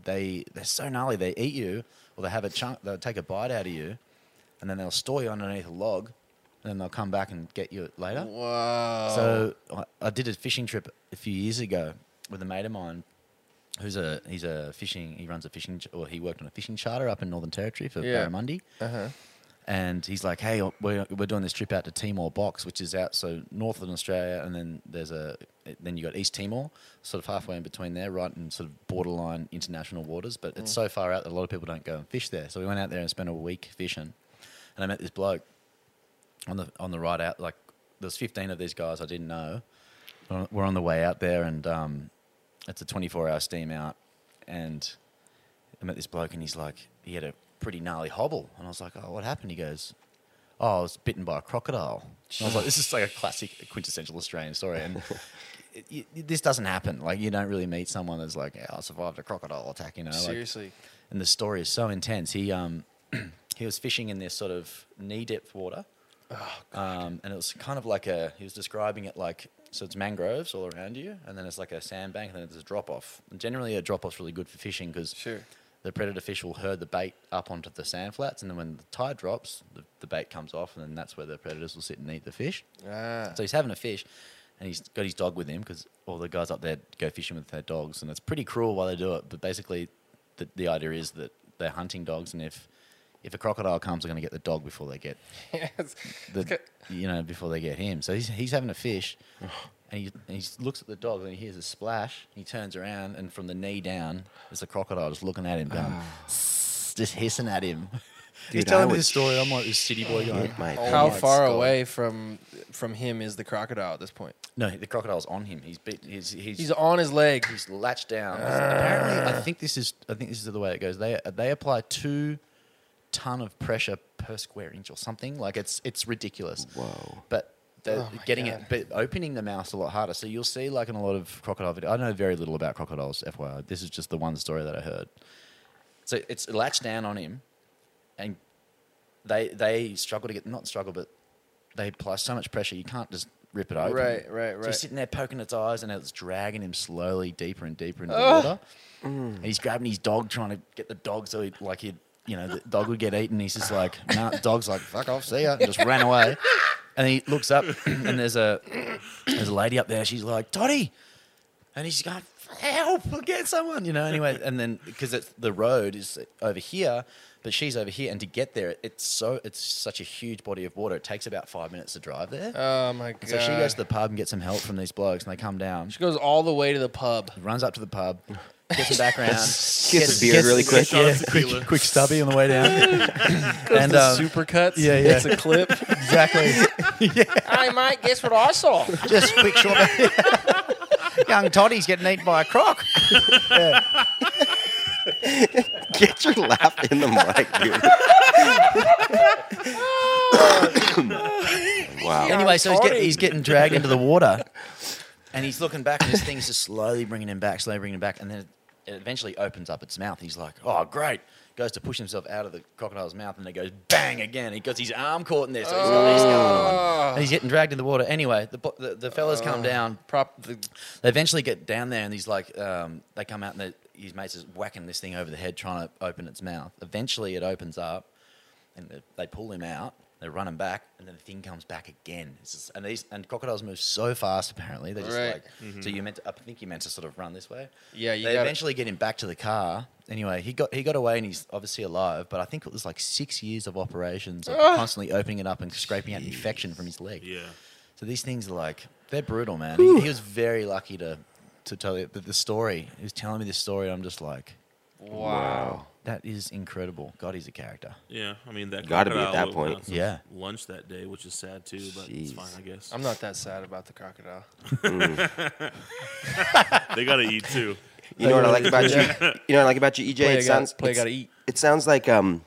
[SPEAKER 4] they they're so gnarly. They eat you, or they have a chunk. They'll take a bite out of you, and then they'll store you underneath a log, and then they'll come back and get you later.
[SPEAKER 3] Wow.
[SPEAKER 4] So I, I did a fishing trip a few years ago with a mate of mine, who's a he's a fishing he runs a fishing ch- or he worked on a fishing charter up in Northern Territory for
[SPEAKER 3] Yeah.
[SPEAKER 4] Barramundi, and he's like, hey, we're we're doing this trip out to Timor Box, which is out so northern Australia, and then there's a then you got East Timor, sort of halfway in between there, right in sort of borderline international waters, but it's so far out that a lot of people don't go and fish there. So we went out there and spent a week fishing, and I met this bloke on the on the ride out like there's 15 of these guys I didn't know Uh, we're on the way out there and um, it's a 24 hour steam out and I met this bloke and he's like he had a pretty gnarly hobble and I was like oh what happened he goes oh I was bitten by a crocodile And I was like this is like a classic quintessential Australian story and it, it, this doesn't happen like you don't really meet someone that's like yeah, I survived a crocodile attack you know like-
[SPEAKER 3] Seriously.
[SPEAKER 4] and the story is so intense. He um he was fishing in this sort of knee depth water, um, and it was kind of like a he was describing it like so it's mangroves all around you, and then it's like a sandbank, and then there's a drop off. And generally, a drop off's really good for fishing because
[SPEAKER 3] Sure.
[SPEAKER 4] the predator fish will herd the bait up onto the sand flats, and then when the tide drops, the, the bait comes off, and then that's where the predators will sit and eat the fish.
[SPEAKER 3] Ah.
[SPEAKER 4] So he's having a fish, and he's got his dog with him because all the guys up there go fishing with their dogs, and it's pretty cruel while they do it. But basically, the, the idea is that they're hunting dogs, and if if a crocodile comes, they're going to get the dog before they get
[SPEAKER 3] Yes.
[SPEAKER 4] the you know before they get him. So he's he's having a fish, and he and he looks at the dog, and he hears a splash. He turns around, and from the knee down, there's a crocodile just looking at him, going, just hissing at him. Ah. he's
[SPEAKER 2] Dude, I
[SPEAKER 4] telling me
[SPEAKER 2] would
[SPEAKER 4] this story. I'm like this city boy going. "Oh,
[SPEAKER 2] Hit my
[SPEAKER 3] How
[SPEAKER 4] my
[SPEAKER 3] far
[SPEAKER 4] God.
[SPEAKER 3] away from from him is the crocodile at this point?
[SPEAKER 4] No, the crocodile's on him. He's bit. He's he's,
[SPEAKER 3] He's on his leg.
[SPEAKER 4] He's latched down. Apparently, I think this is I think this is the way it goes. They they apply two ton of pressure per square inch or something. Like it's it's ridiculous.
[SPEAKER 2] Whoa.
[SPEAKER 4] But they're
[SPEAKER 3] my
[SPEAKER 4] getting
[SPEAKER 3] God.
[SPEAKER 4] it, but opening the mouth's a lot harder. So you'll see, like in a lot of crocodile videos. I know very little about crocodiles, FYI. This is just the one story that I heard. So it's latched down on him, and they they struggle to get not struggle, but they apply so much pressure you can't just rip it open.
[SPEAKER 3] Right, right,
[SPEAKER 4] So
[SPEAKER 3] right.
[SPEAKER 4] he's sitting there poking its eyes, and it's dragging him slowly deeper and deeper into the water.
[SPEAKER 3] Mm.
[SPEAKER 4] And he's grabbing his dog, trying to get the dog so he like he you know the dog would get eaten. He's just like, nah, the dog's like, fuck off, see ya, and just ran away. And he looks up, and there's a there's a lady up there. She's like, Toddy, and he's going, help, get someone, you know. Anyway, and then because it's the road is over here, but she's over here, and to get there, it's so it's such a huge body of water. It takes about five minutes to drive there.
[SPEAKER 3] Oh my god.
[SPEAKER 4] so she goes to the pub and gets some help from these blokes, and they come down. She
[SPEAKER 3] She goes all the way to the pub.
[SPEAKER 4] runs up to the pub, gets some background, gets,
[SPEAKER 2] Gets a beer really quick.
[SPEAKER 5] Shot of tequila.
[SPEAKER 4] quick, quick stubby on the way down, and
[SPEAKER 3] the
[SPEAKER 4] um,
[SPEAKER 3] supercuts.
[SPEAKER 4] yeah, yeah.
[SPEAKER 3] It's a clip.
[SPEAKER 4] exactly.
[SPEAKER 1] hey, mate, guess what I saw?
[SPEAKER 4] Just quick short. Young Toddy's getting eaten by a croc.
[SPEAKER 2] Get your laugh in the mic, dude. wow.
[SPEAKER 4] Anyway, so he's, get,
[SPEAKER 3] Tony.
[SPEAKER 4] he's getting dragged into the water, and he's looking back, and this thing's just slowly bringing him back, slowly bringing him back, and then it eventually opens up its mouth. He's like, "Oh, great!" Goes to push himself out of the crocodile's mouth, and it goes bang again. He got his arm caught in there, so he's got his arm, and he's getting dragged in the water. Anyway, the bo- the, the fellas come down,
[SPEAKER 3] Prop the
[SPEAKER 4] they eventually get down there, and he's like, um, they come out, and they- his mates is whacking this thing over the head, trying to open its mouth. Eventually, it opens up, and they, they pull him out. They run him back, and then the thing comes back again. It's just, and these and crocodiles move so fast. Apparently, they just
[SPEAKER 3] Right.
[SPEAKER 4] like. So you meant to, I think you meant to sort of run this way.
[SPEAKER 3] Yeah, you
[SPEAKER 4] They
[SPEAKER 3] gotta-
[SPEAKER 4] eventually get him back to the car. Anyway, he got he got away, and he's obviously alive. But I think it was like six years of operations, of constantly opening it up and scraping out infection from his leg.
[SPEAKER 5] Yeah.
[SPEAKER 4] So these things are like they're brutal, man. He, he was very lucky to to tell you, but the story. He was telling me this story, and I'm just like,
[SPEAKER 3] wow.
[SPEAKER 4] That is incredible. God, he's a character.
[SPEAKER 5] Yeah, I mean that.
[SPEAKER 2] Gotta be at
[SPEAKER 5] crocodile
[SPEAKER 2] that
[SPEAKER 5] would've
[SPEAKER 2] point.
[SPEAKER 5] announced his
[SPEAKER 4] Yeah.
[SPEAKER 5] Lunch that day, which is sad too, but it's
[SPEAKER 2] Jeez.
[SPEAKER 5] fine, I guess.
[SPEAKER 3] I'm not that sad about the crocodile.
[SPEAKER 5] they gotta eat too.
[SPEAKER 2] You know what I like about you? You know what I like about you, E EJ?
[SPEAKER 3] Player
[SPEAKER 2] it
[SPEAKER 3] gotta-
[SPEAKER 2] sounds
[SPEAKER 3] player
[SPEAKER 2] it's-
[SPEAKER 3] gotta eat.
[SPEAKER 2] It sounds like um,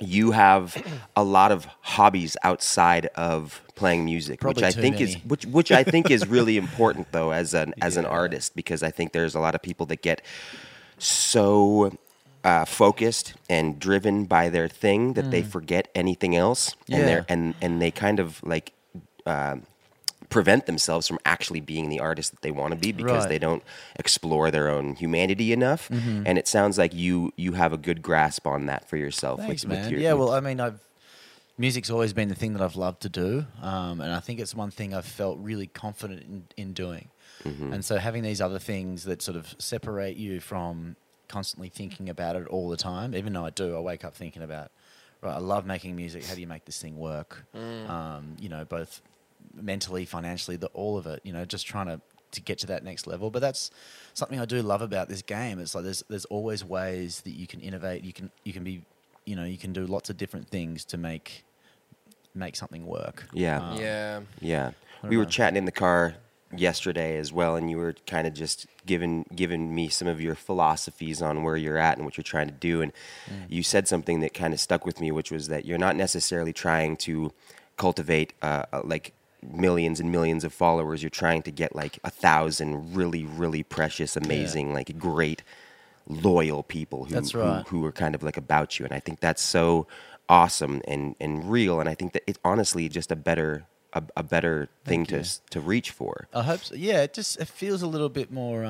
[SPEAKER 2] you have a lot of hobbies outside of playing music,
[SPEAKER 4] Probably
[SPEAKER 2] which I
[SPEAKER 4] too
[SPEAKER 2] think is
[SPEAKER 4] many.
[SPEAKER 2] which which I think is really important though as an as an artist because I think there's a lot of people that get so uh, focused and driven by their thing that they forget anything else, and
[SPEAKER 4] Mm. Yeah.
[SPEAKER 2] they're and and they kind of like. Um, prevent themselves from actually being the artist that they want to be because
[SPEAKER 4] Right. Mm-hmm.
[SPEAKER 2] they don't explore their own humanity enough. And it sounds like you you have a good grasp on that for yourself.
[SPEAKER 4] Thanks,
[SPEAKER 2] with, with
[SPEAKER 4] man.
[SPEAKER 2] your-
[SPEAKER 4] yeah,
[SPEAKER 2] with-
[SPEAKER 4] well, I mean, I've music's always been the thing that I've loved to do, um, and I think it's one thing I've felt really confident in, in doing. And so having these other things that sort of separate you from constantly thinking about it all the time, even though I do, I wake up thinking about, right, I love making music. How do you make this thing work? Um, you know, both mentally, financially, the, all of it. You know, just trying to to get to that next level. But that's something I do love about this game. It's like there's there's always ways that you can innovate. You can you can be you know you can do lots of different things to make make something work.
[SPEAKER 2] Yeah.
[SPEAKER 4] Um,
[SPEAKER 3] yeah.
[SPEAKER 2] Yeah,
[SPEAKER 4] don't
[SPEAKER 2] we were
[SPEAKER 4] know.
[SPEAKER 2] chatting in the car yesterday as well, and you were kind of just giving giving me some of your philosophies on where you're at and what you're trying to do. And
[SPEAKER 4] Mm.
[SPEAKER 2] you said something that kind of stuck with me, which was that you're not necessarily trying to cultivate uh, uh, like millions and millions of followers. You're trying to get like a thousand really, really precious, amazing, like great, loyal people who
[SPEAKER 4] That's
[SPEAKER 2] who-
[SPEAKER 4] right.
[SPEAKER 2] who are kind of like about you. And I think that's so awesome and, and real. And I think that it's honestly just a better a, a better thing to s- to reach for.
[SPEAKER 4] I hope so. Yeah, it just it feels a little bit more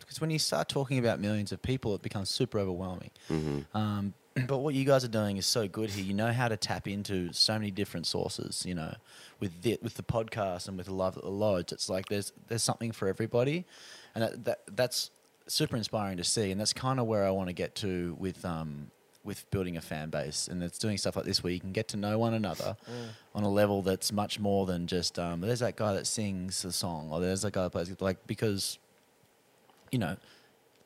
[SPEAKER 4] because when you start talking about millions of people, it becomes super overwhelming. Um, but what you guys are doing is so good here. You know how to tap into so many different sources. You know, with the, with the podcast and with the love at the lodge, it's like there's there's something for everybody, and that, that that's super inspiring to see. And that's kind of where I want to get to with um, with building a fan base and it's doing stuff like this where you can get to know one another on a level that's much more than just um, there's that guy that sings the song or there's that guy that plays like because you know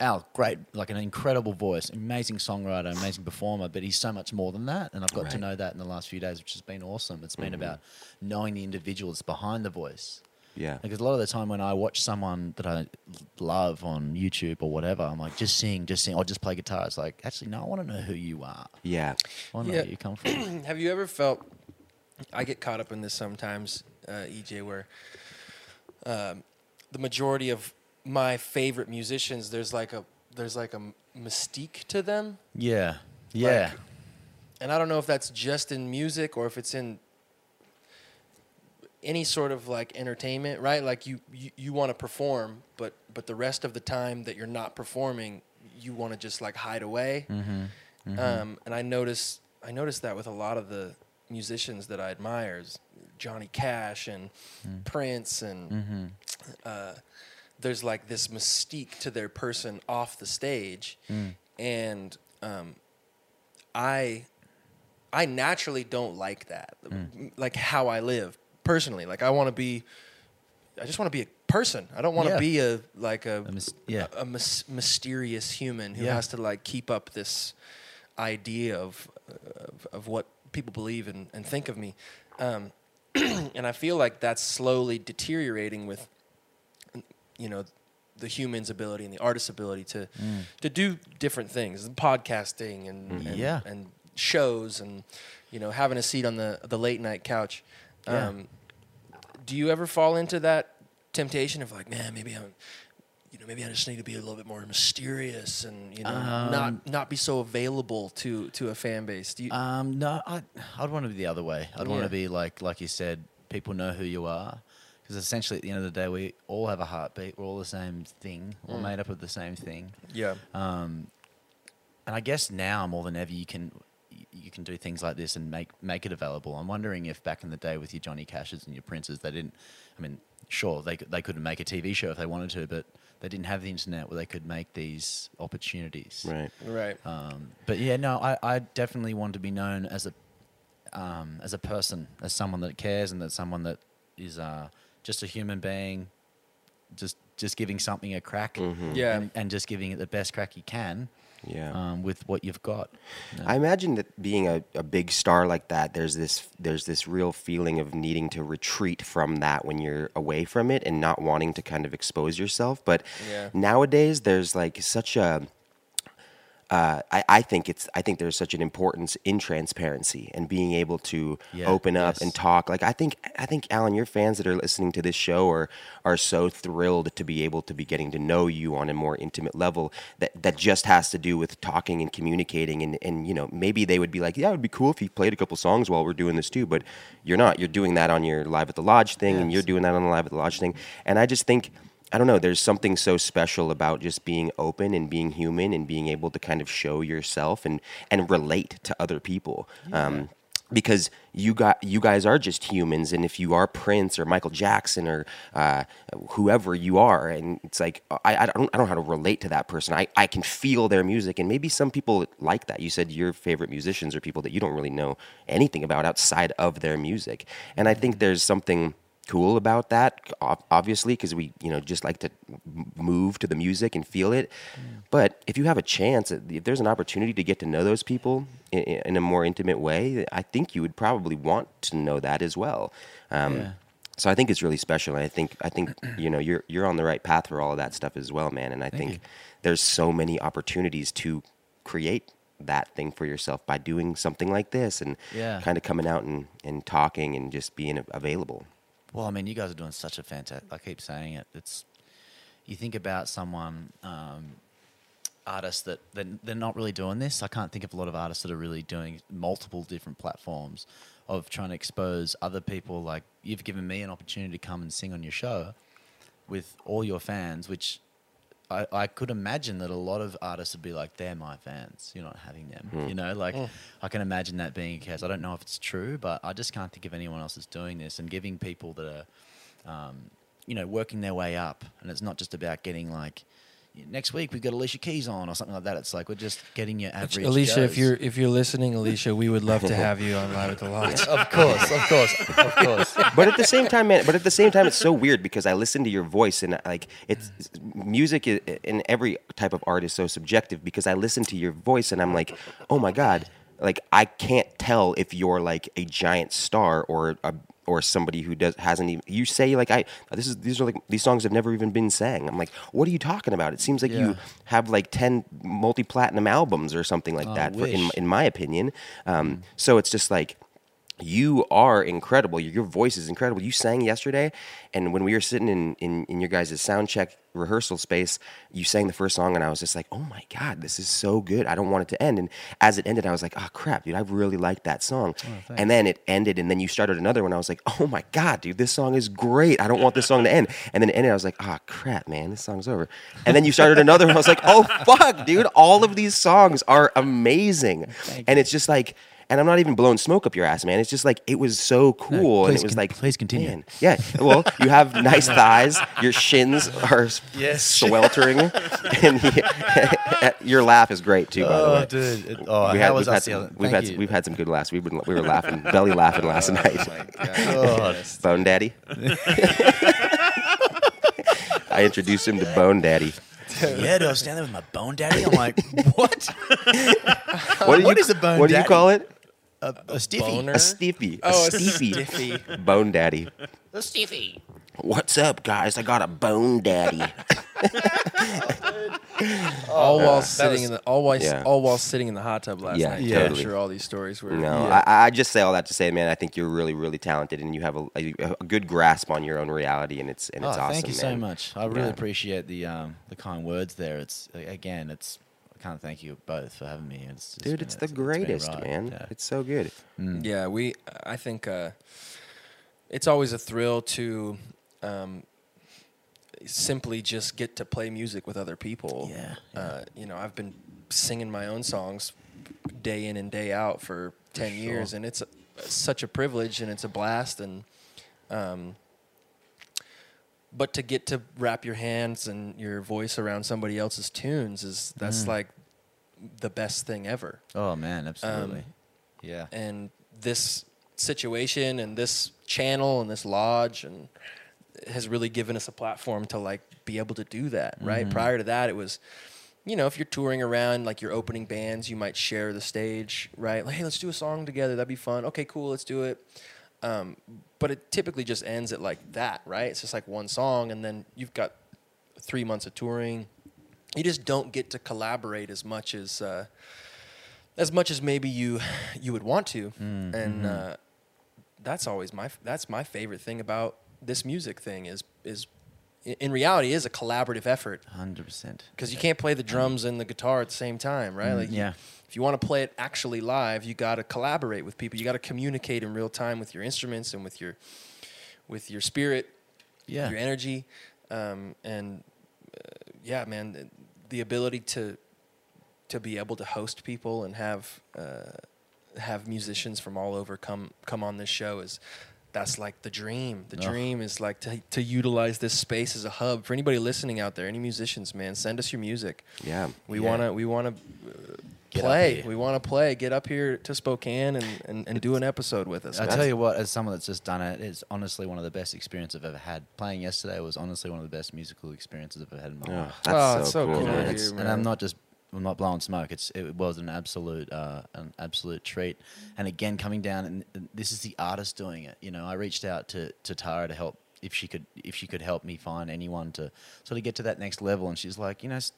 [SPEAKER 4] Al great like an incredible voice amazing songwriter amazing performer but he's so much more than that and I've got to
[SPEAKER 2] Right.
[SPEAKER 4] know that in the last few days which has been awesome it's been about knowing the individual that's behind the voice
[SPEAKER 2] Yeah.
[SPEAKER 4] because a lot of the time when I watch someone that I love on YouTube or whatever, I'm like, just sing, just sing, or just play guitar. It's like, actually, no, I want to know who you are.
[SPEAKER 2] Yeah.
[SPEAKER 4] I want
[SPEAKER 3] Yeah.
[SPEAKER 4] to know where you come from.
[SPEAKER 3] Have you ever felt? I get caught up in this sometimes, uh, EJ, where um, the majority of my favorite musicians, there's like a there's like a mystique to them,
[SPEAKER 4] yeah. Yeah.
[SPEAKER 3] and I don't know if that's just in music or if it's in any sort of like entertainment, right? Like you you, you want to perform, but but the rest of the time that you're not performing, you want to just like hide away.
[SPEAKER 4] Mm-hmm.
[SPEAKER 3] Um, and I notice I noticed that with a lot of the musicians that I admire, is Johnny Cash and
[SPEAKER 4] Mm.
[SPEAKER 3] Prince, and
[SPEAKER 4] Mm-hmm.
[SPEAKER 3] uh, there's like this mystique to their person off the stage,
[SPEAKER 4] Mm.
[SPEAKER 3] and um, I I naturally don't like that,
[SPEAKER 4] Mm.
[SPEAKER 3] m- like how I live personally. Like I want to be, I just want to be a person. I don't want to
[SPEAKER 4] Yeah.
[SPEAKER 3] be a like a,
[SPEAKER 4] A mys- yeah.
[SPEAKER 3] a, a mys- mysterious human who
[SPEAKER 4] Yeah.
[SPEAKER 3] has to like keep up this idea of of, of what people believe and, and think of me. Um, and I feel like that's slowly deteriorating with you know the human's ability and the artist's ability to
[SPEAKER 4] Mm.
[SPEAKER 3] to do different things podcasting and and,
[SPEAKER 4] Yeah.
[SPEAKER 3] and shows and you know having a seat on the the late night couch
[SPEAKER 4] Yeah.
[SPEAKER 3] um, do you ever fall into that temptation of like man maybe i'm you know maybe i just need to be a little bit more mysterious and you know not not be so available to to a fan base do you
[SPEAKER 4] Um, no, I, I'd want to be the other way. I'd want
[SPEAKER 3] Yeah.
[SPEAKER 4] to be like, like you said, people know who you are. Because essentially, at the end of the day, we all have a heartbeat. We're all the same thing. We're made up of the same thing.
[SPEAKER 3] yeah
[SPEAKER 4] and I guess now more than ever you can you can do things like this and make make it available. I'm wondering if back in the day with your Johnny Cashes and your Princes, they didn't. I mean, sure they could, they could make a TV show if they wanted to, but they didn't have the internet where they could make these opportunities.
[SPEAKER 2] Right.
[SPEAKER 3] right
[SPEAKER 4] Um, but yeah, no, I, I definitely want to be known as a um, as a person, as someone that cares, and that someone that is uh, just a human being, just just giving something a crack,
[SPEAKER 3] Yeah.
[SPEAKER 4] and, and just giving it the best crack you can,
[SPEAKER 2] Yeah.
[SPEAKER 4] um, with what you've got.
[SPEAKER 2] I imagine that being a, a big star like that, there's this there's this real feeling of needing to retreat from that when you're away from it and not wanting to kind of expose yourself. But
[SPEAKER 3] Yeah.
[SPEAKER 2] nowadays, there's like such a uh, I, I think it's I think there's such an importance in transparency and being able to
[SPEAKER 4] Yeah,
[SPEAKER 2] open up
[SPEAKER 4] yes.
[SPEAKER 2] and talk. Like I think I think Alan, your fans that are listening to this show are are so thrilled to be able to be getting to know you on a more intimate level that that just has to do with talking and communicating and and you know maybe they would be like yeah it would be cool if you played a couple songs while we're doing this too but you're not you're doing that on your live at the lodge thing and you're doing that on the live at the lodge thing and I just think. I don't know. There's something so special about just being open and being human and being able to kind of show yourself and and relate to other people. Um, because you got you guys are just humans, and if you are Prince or Michael Jackson or uh, whoever you are, and it's like I, I don't I don't know how to relate to that person. I, I can feel their music, and maybe some people like that. You said your favorite musicians are people that you don't really know anything about outside of their music, and I think there's something cool about that ob- obviously because we you know just like to m- move to the music and feel it but if you have a chance if there's an opportunity to get to know those people in, in a more intimate way i think you would probably want to know that as well um, so i think it's really special and i think i think you know you're you're on the right path for all of that stuff as well man and i think there's so many opportunities to create that thing for yourself by doing something like this and
[SPEAKER 4] Yeah.
[SPEAKER 2] kind of coming out and, and talking and just being a- available
[SPEAKER 4] Well, I mean, you guys are doing such a fantastic. I keep saying it. It's you think about someone um, artists that they're, they're not really doing this. I can't think of a lot of artists that are really doing multiple different platforms of trying to expose other people. Like you've given me an opportunity to come and sing on your show with all your fans, which I, I could imagine that a lot of artists would be like, they're my fans. You're not having them.
[SPEAKER 2] Hmm.
[SPEAKER 4] You know, like I can imagine that being a case. I don't know if it's true, but I just can't think of anyone else that's doing this and giving people that are, um, you know, working their way up. And it's not just about getting like, next week we've got Alicia Keys on or something like that. It's like, we're just getting your average.
[SPEAKER 3] Alicia, if
[SPEAKER 4] Joes.
[SPEAKER 3] you're if you're listening, Alicia, we would love to have you on live at the lodge.
[SPEAKER 4] Of course, of course, of course.
[SPEAKER 2] but at the same time, man. But at the same time, it's so weird because I listen to your voice and like it's music i- in every type of art is so subjective because I listen to your voice and I'm like, oh my god, like I can't tell if you're like a giant star or a or somebody who does hasn't even you say like I this is these are like these songs have never even been sang. I'm like, what are you talking about? It seems like
[SPEAKER 4] Yeah.
[SPEAKER 2] you have like ten multi platinum albums or something like
[SPEAKER 4] Oh, I
[SPEAKER 2] that. For, in
[SPEAKER 4] wish. Mm.
[SPEAKER 2] in my opinion, um, so it's just like you are incredible. Your, your voice is incredible. You sang yesterday, and when we were sitting in, in, in your guys' sound check rehearsal space, you sang the first song, and I was just like, oh my God, this is so good. I don't want it to end. And as it ended, I was like, oh crap, dude, I really liked that song. and then it ended, and then you started another one. I was like, oh my God, dude, this song is great. I don't want this song to end. And then it ended, I was like, ah crap, man, this song's over. And then you started another one. I was like, oh fuck, dude, all of these songs are amazing. and it's just like, and I'm not even blowing smoke up your ass, man. It's just like it was so cool, and
[SPEAKER 4] please
[SPEAKER 2] it was
[SPEAKER 4] con-
[SPEAKER 2] like,
[SPEAKER 4] please continue.
[SPEAKER 2] man, yeah. Well, you have nice thighs. Your shins are s- sweltering, and y- your laugh is great too. By the way,
[SPEAKER 4] dude. It- oh,
[SPEAKER 2] we
[SPEAKER 4] Uh, how
[SPEAKER 2] had,
[SPEAKER 4] was
[SPEAKER 2] we've
[SPEAKER 4] I
[SPEAKER 2] had,
[SPEAKER 4] stealing-
[SPEAKER 2] some, we've,
[SPEAKER 4] Thank
[SPEAKER 2] had
[SPEAKER 4] you. Oh
[SPEAKER 2] we've had some good laughs. We've been we were laughing, belly laughing last night. Bone Daddy. I introduced him to Bone Daddy.
[SPEAKER 4] yeah, dude, I was standing there with my bone daddy. I'm like, what?
[SPEAKER 2] What, do
[SPEAKER 4] What
[SPEAKER 2] you,
[SPEAKER 4] is a bone
[SPEAKER 2] What do you
[SPEAKER 4] daddy?
[SPEAKER 2] call it?
[SPEAKER 4] A, a stiffy.
[SPEAKER 3] Boner?
[SPEAKER 2] A steepy.
[SPEAKER 3] Oh, a
[SPEAKER 2] a steepy.
[SPEAKER 3] stiffy.
[SPEAKER 2] Bone Daddy.
[SPEAKER 1] Stiffy.
[SPEAKER 2] What's up, guys? I got a bone daddy.
[SPEAKER 4] Oh,
[SPEAKER 3] all while sitting in the all while
[SPEAKER 2] yeah.
[SPEAKER 3] all while sitting in the hot tub last
[SPEAKER 2] Yeah,
[SPEAKER 3] night.
[SPEAKER 2] Yeah.
[SPEAKER 3] I'm
[SPEAKER 2] totally.
[SPEAKER 3] sure all these stories were.
[SPEAKER 2] No, I, I just say all that to say, man, I think you're really, really talented, and you have a, a, a good grasp on your own reality, and it's and it's
[SPEAKER 4] oh,
[SPEAKER 2] awesome.
[SPEAKER 4] thank you so
[SPEAKER 2] man.
[SPEAKER 4] much. I really
[SPEAKER 2] Yeah.
[SPEAKER 4] appreciate the um, the kind words there. It's again, it's I can't thank you both for having me. It's, just
[SPEAKER 2] dude.
[SPEAKER 4] been-
[SPEAKER 2] It's the
[SPEAKER 4] been a
[SPEAKER 2] greatest,
[SPEAKER 4] ride.
[SPEAKER 2] man.
[SPEAKER 4] Yeah.
[SPEAKER 2] It's so good.
[SPEAKER 4] Mm.
[SPEAKER 3] Yeah, we. I think uh, it's always a thrill to um, simply just get to play music with other people.
[SPEAKER 4] Yeah,
[SPEAKER 3] Uh, you know, I've been singing my own songs day in and day out for ten years, and it's such a privilege and it's a blast and. Um, but to get to wrap your hands and your voice around somebody else's tunes is
[SPEAKER 4] Mm.
[SPEAKER 3] that's like the best thing ever
[SPEAKER 4] oh man, absolutely.
[SPEAKER 2] Um,
[SPEAKER 4] yeah,
[SPEAKER 3] and this situation and this channel and this lodge and has really given us a platform to like be able to do that right prior to that it was you know, if you're touring around, like you're opening bands, you might share the stage, right? Like, hey, let's do a song together. That'd be fun. Okay, cool, let's do it. Um, but it typically just ends at like that, right? It's just like one song, and then you've got three months of touring. You just don't get to collaborate as much as uh, as much as maybe you you would want to, and uh, that's always my that's my favorite thing about this music thing is is i- in reality is a collaborative effort
[SPEAKER 4] Hundred percent.
[SPEAKER 3] because you can't play the drums and the guitar at the same time, right? Like, you-
[SPEAKER 4] yeah.
[SPEAKER 3] if you want to play it actually live, you got to collaborate with people. You got to communicate in real time with your instruments and with your with your spirit,
[SPEAKER 4] Yeah.
[SPEAKER 3] your energy, um, and uh, yeah, man, th- the ability to to be able to host people and have uh, have musicians from all over come come on this show is that's like the dream. The
[SPEAKER 4] Ugh.
[SPEAKER 3] dream is like to to utilize this space as a hub for anybody listening out there. Any musicians, man, send us your music.
[SPEAKER 2] Yeah.
[SPEAKER 3] We
[SPEAKER 4] Yeah.
[SPEAKER 3] wanna we wanna uh,
[SPEAKER 4] Get up
[SPEAKER 3] play.
[SPEAKER 4] here.
[SPEAKER 3] We wanna play. Get up here to Spokane and, and, and do an episode with us.
[SPEAKER 4] I
[SPEAKER 3] man.
[SPEAKER 4] tell you what, as someone that's just done it, it's honestly one of the best experiences I've ever had. Playing yesterday was honestly one of the best musical experiences I've ever had in my
[SPEAKER 2] Oh,
[SPEAKER 4] life.
[SPEAKER 2] that's
[SPEAKER 3] Oh,
[SPEAKER 2] so,
[SPEAKER 3] it's so
[SPEAKER 2] cool,
[SPEAKER 3] cool to
[SPEAKER 2] man.
[SPEAKER 3] hear.
[SPEAKER 2] It's-
[SPEAKER 4] It's- and
[SPEAKER 3] man.
[SPEAKER 4] I'm not just I'm not blowing smoke. It's it was an absolute uh, an absolute treat. And again, coming down and, and this is the artist doing it. You know, I reached out to to Tara to help if she could if she could help me find anyone to sort of get to that next level. And she's like, you know, s-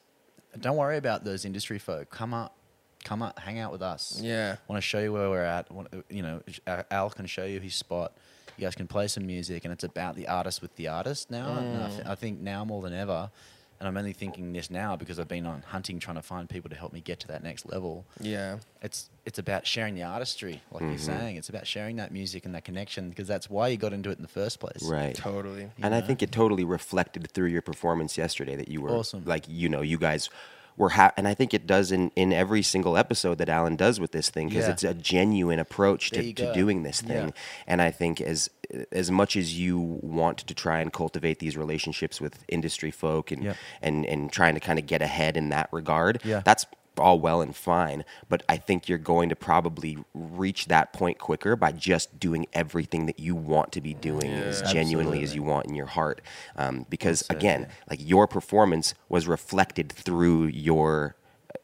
[SPEAKER 4] don't worry about those industry folk. Come up, come up, hang out with us.
[SPEAKER 3] Yeah.
[SPEAKER 4] want to show you where we're at. Want, you know, sh- Al Al can show you his spot. You guys can play some music, and it's about the artist with the artist now. And I,
[SPEAKER 2] Mm.
[SPEAKER 4] th- I think now more than ever, and I'm only thinking this now because I've been on hunting trying to find people to help me get to that next level.
[SPEAKER 3] Yeah.
[SPEAKER 4] It's it's about sharing the artistry, like
[SPEAKER 2] Mm-hmm.
[SPEAKER 4] you're saying. It's about sharing that music and that connection because that's why you got into it in the first place.
[SPEAKER 2] Right.
[SPEAKER 3] Totally.
[SPEAKER 2] And I think it totally reflected through your performance yesterday that you were
[SPEAKER 4] Awesome.
[SPEAKER 2] like, you know, you guys were ha- and I think it does in, in every single episode that Alan does with this thing because
[SPEAKER 4] Yeah.
[SPEAKER 2] it's a genuine approach
[SPEAKER 4] There
[SPEAKER 2] to,
[SPEAKER 4] you
[SPEAKER 2] to
[SPEAKER 4] go.
[SPEAKER 2] doing this thing.
[SPEAKER 4] Yeah.
[SPEAKER 2] And I think as as much as you want to try and cultivate these relationships with industry folk and
[SPEAKER 4] Yeah.
[SPEAKER 2] and, and trying to kind of get ahead in that regard,
[SPEAKER 4] Yeah.
[SPEAKER 2] that's all well and fine, but I think you're going to probably reach that point quicker by just doing everything that you want to be doing as genuinely as
[SPEAKER 4] absolutely.
[SPEAKER 2] you you want in your heart. Um, because again, like your performance was reflected through your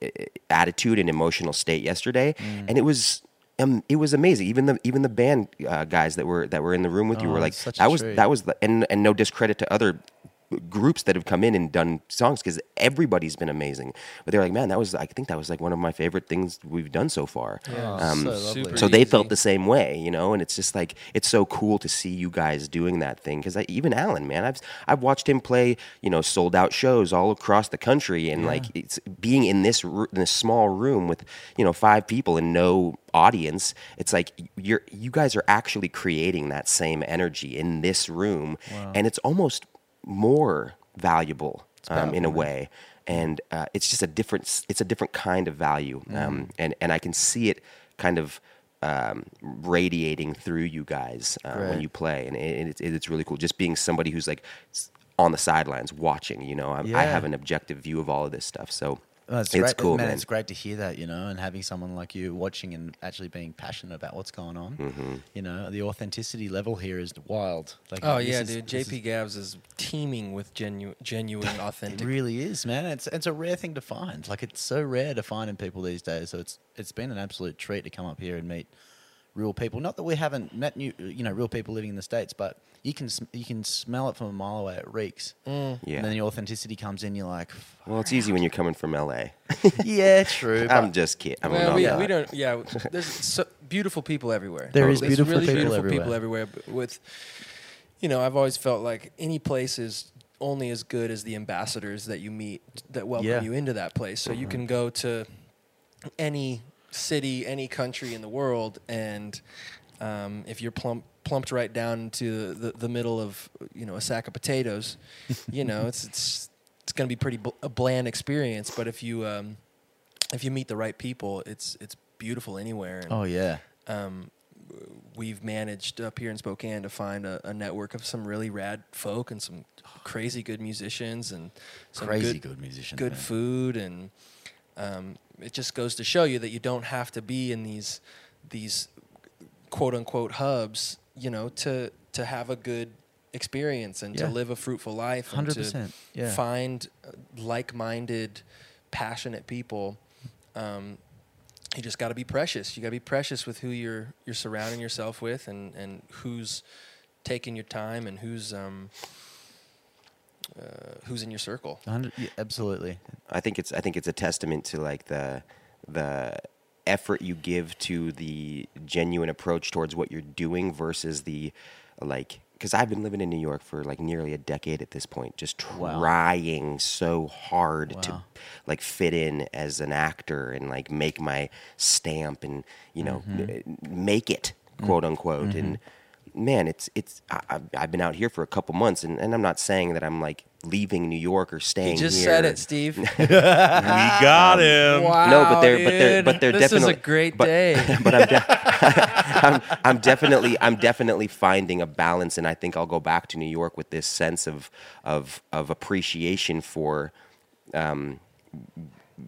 [SPEAKER 2] uh, attitude and emotional state yesterday,
[SPEAKER 4] Mm.
[SPEAKER 2] and it was. Um, it was amazing. Even the even the band uh, guys that were that were in the room with you
[SPEAKER 4] Oh,
[SPEAKER 2] were like
[SPEAKER 4] it's such a
[SPEAKER 2] that was
[SPEAKER 4] treat."
[SPEAKER 2] that was the, and and no discredit to other groups that have come in and done songs because everybody's been amazing. But they're like, man, that was I think that was like one of my favorite things we've done so far.
[SPEAKER 4] Oh,
[SPEAKER 2] Um,
[SPEAKER 4] so lovely.
[SPEAKER 3] super-
[SPEAKER 2] so they
[SPEAKER 3] Crazy.
[SPEAKER 2] felt the same way, you know, and it's just like it's so cool to see you guys doing that thing because even Alan, man, I've I've watched him play, you know, sold out shows all across the country, and like it's being in this ru- in this small room with you know five people and no audience. It's like you're you guys are actually creating that same energy in this room, and it's almost more valuable um, in a way and uh, it's just a different s- it's a different kind of value um, and and i can see it kind of um, radiating through you guys uh, when
[SPEAKER 4] Great.
[SPEAKER 2] you play and it, it's it's really cool just being somebody who's like s- on the sidelines watching you know i, I have
[SPEAKER 4] Yeah.
[SPEAKER 2] an objective view of all of this stuff so
[SPEAKER 4] Well, it's
[SPEAKER 2] it's
[SPEAKER 4] Oh, great,
[SPEAKER 2] cool
[SPEAKER 4] man,
[SPEAKER 2] man,
[SPEAKER 4] It's great to hear that, you know, and having someone like you watching and actually being passionate about what's going on.
[SPEAKER 2] Mm-hmm.
[SPEAKER 4] You know, the authenticity level here is wild. Like,
[SPEAKER 3] Oh
[SPEAKER 4] this
[SPEAKER 3] yeah,
[SPEAKER 4] is-
[SPEAKER 3] dude.
[SPEAKER 4] this
[SPEAKER 3] JP Gavs is teeming with genuine, genuine,
[SPEAKER 4] Is,
[SPEAKER 3] authentic.
[SPEAKER 4] it really is, man. It's it's a rare thing to find. Like, it's so rare to find in people these days. So it's it's been an absolute treat to come up here and meet real people. Not that we haven't met new, you know, real people living in the states, but you can sm- you can smell it from a mile away. It reeks.
[SPEAKER 3] Mm.
[SPEAKER 2] Yeah.
[SPEAKER 4] And then the authenticity comes in. You're like,
[SPEAKER 2] well it's easy when you're coming from la
[SPEAKER 4] yeah, true. but-
[SPEAKER 2] i'm just kidding i'm
[SPEAKER 3] Well,
[SPEAKER 2] not
[SPEAKER 3] we,
[SPEAKER 2] that.
[SPEAKER 3] we don't. Yeah, w- there's so beautiful people everywhere.
[SPEAKER 4] There is
[SPEAKER 3] There's
[SPEAKER 4] beautiful
[SPEAKER 3] really
[SPEAKER 4] people
[SPEAKER 3] beautiful people
[SPEAKER 4] everywhere.
[SPEAKER 3] everywhere. but With, you know, I've always felt like any place is only as good as the ambassadors that you meet that welcome
[SPEAKER 4] Yeah. Mm-hmm.
[SPEAKER 3] you into that place. So you can go to any city, any country in the world, and um, if you're plump, plumped right down to the, the middle of you know a sack of potatoes, you know it's it's it's going to be pretty bl- a bland experience. But if you um, if you meet the right people, it's it's beautiful anywhere. And um,
[SPEAKER 4] oh yeah.
[SPEAKER 3] We've managed up here in Spokane to find a, a network of some really rad folk and some crazy good musicians and some
[SPEAKER 4] Crazy good musicians,
[SPEAKER 3] good
[SPEAKER 4] man.
[SPEAKER 3] food, and um, it just goes to show you that you don't have to be in these these quote unquote hubs, you know, to to have a good experience and
[SPEAKER 4] Yeah.
[SPEAKER 3] to live a fruitful life, and to
[SPEAKER 4] 100%, yeah.
[SPEAKER 3] find uh, like minded passionate people, um, you just got to be precious. You got to be precious with who you're you're surrounding yourself with, and and who's taking your time, and who's um, uh, who's in your circle.
[SPEAKER 4] absolutely.
[SPEAKER 2] I think it's I think it's a testament to like the the effort you give to the genuine approach towards what you're doing versus the like because I've been living in New York for like nearly a decade at this point, just trying so hard to
[SPEAKER 4] Wow.
[SPEAKER 2] like fit in as an actor and like make my stamp and you know
[SPEAKER 3] Mm-hmm.
[SPEAKER 2] m- make it quote unquote and man it's it's I, I've- I've been out here for a couple months and, and I'm not saying that I'm like leaving New York or staying
[SPEAKER 3] You just
[SPEAKER 2] here
[SPEAKER 3] said it, Steve.
[SPEAKER 5] we
[SPEAKER 2] Um,
[SPEAKER 5] got him.
[SPEAKER 3] Wow,
[SPEAKER 2] no, but they're but they're but they're
[SPEAKER 3] this
[SPEAKER 2] definitely
[SPEAKER 3] is a great
[SPEAKER 2] but,
[SPEAKER 3] day.
[SPEAKER 2] but I'm, de- I'm I'm definitely I'm definitely finding a balance, and I think I'll go back to New York with this sense of of of appreciation for um,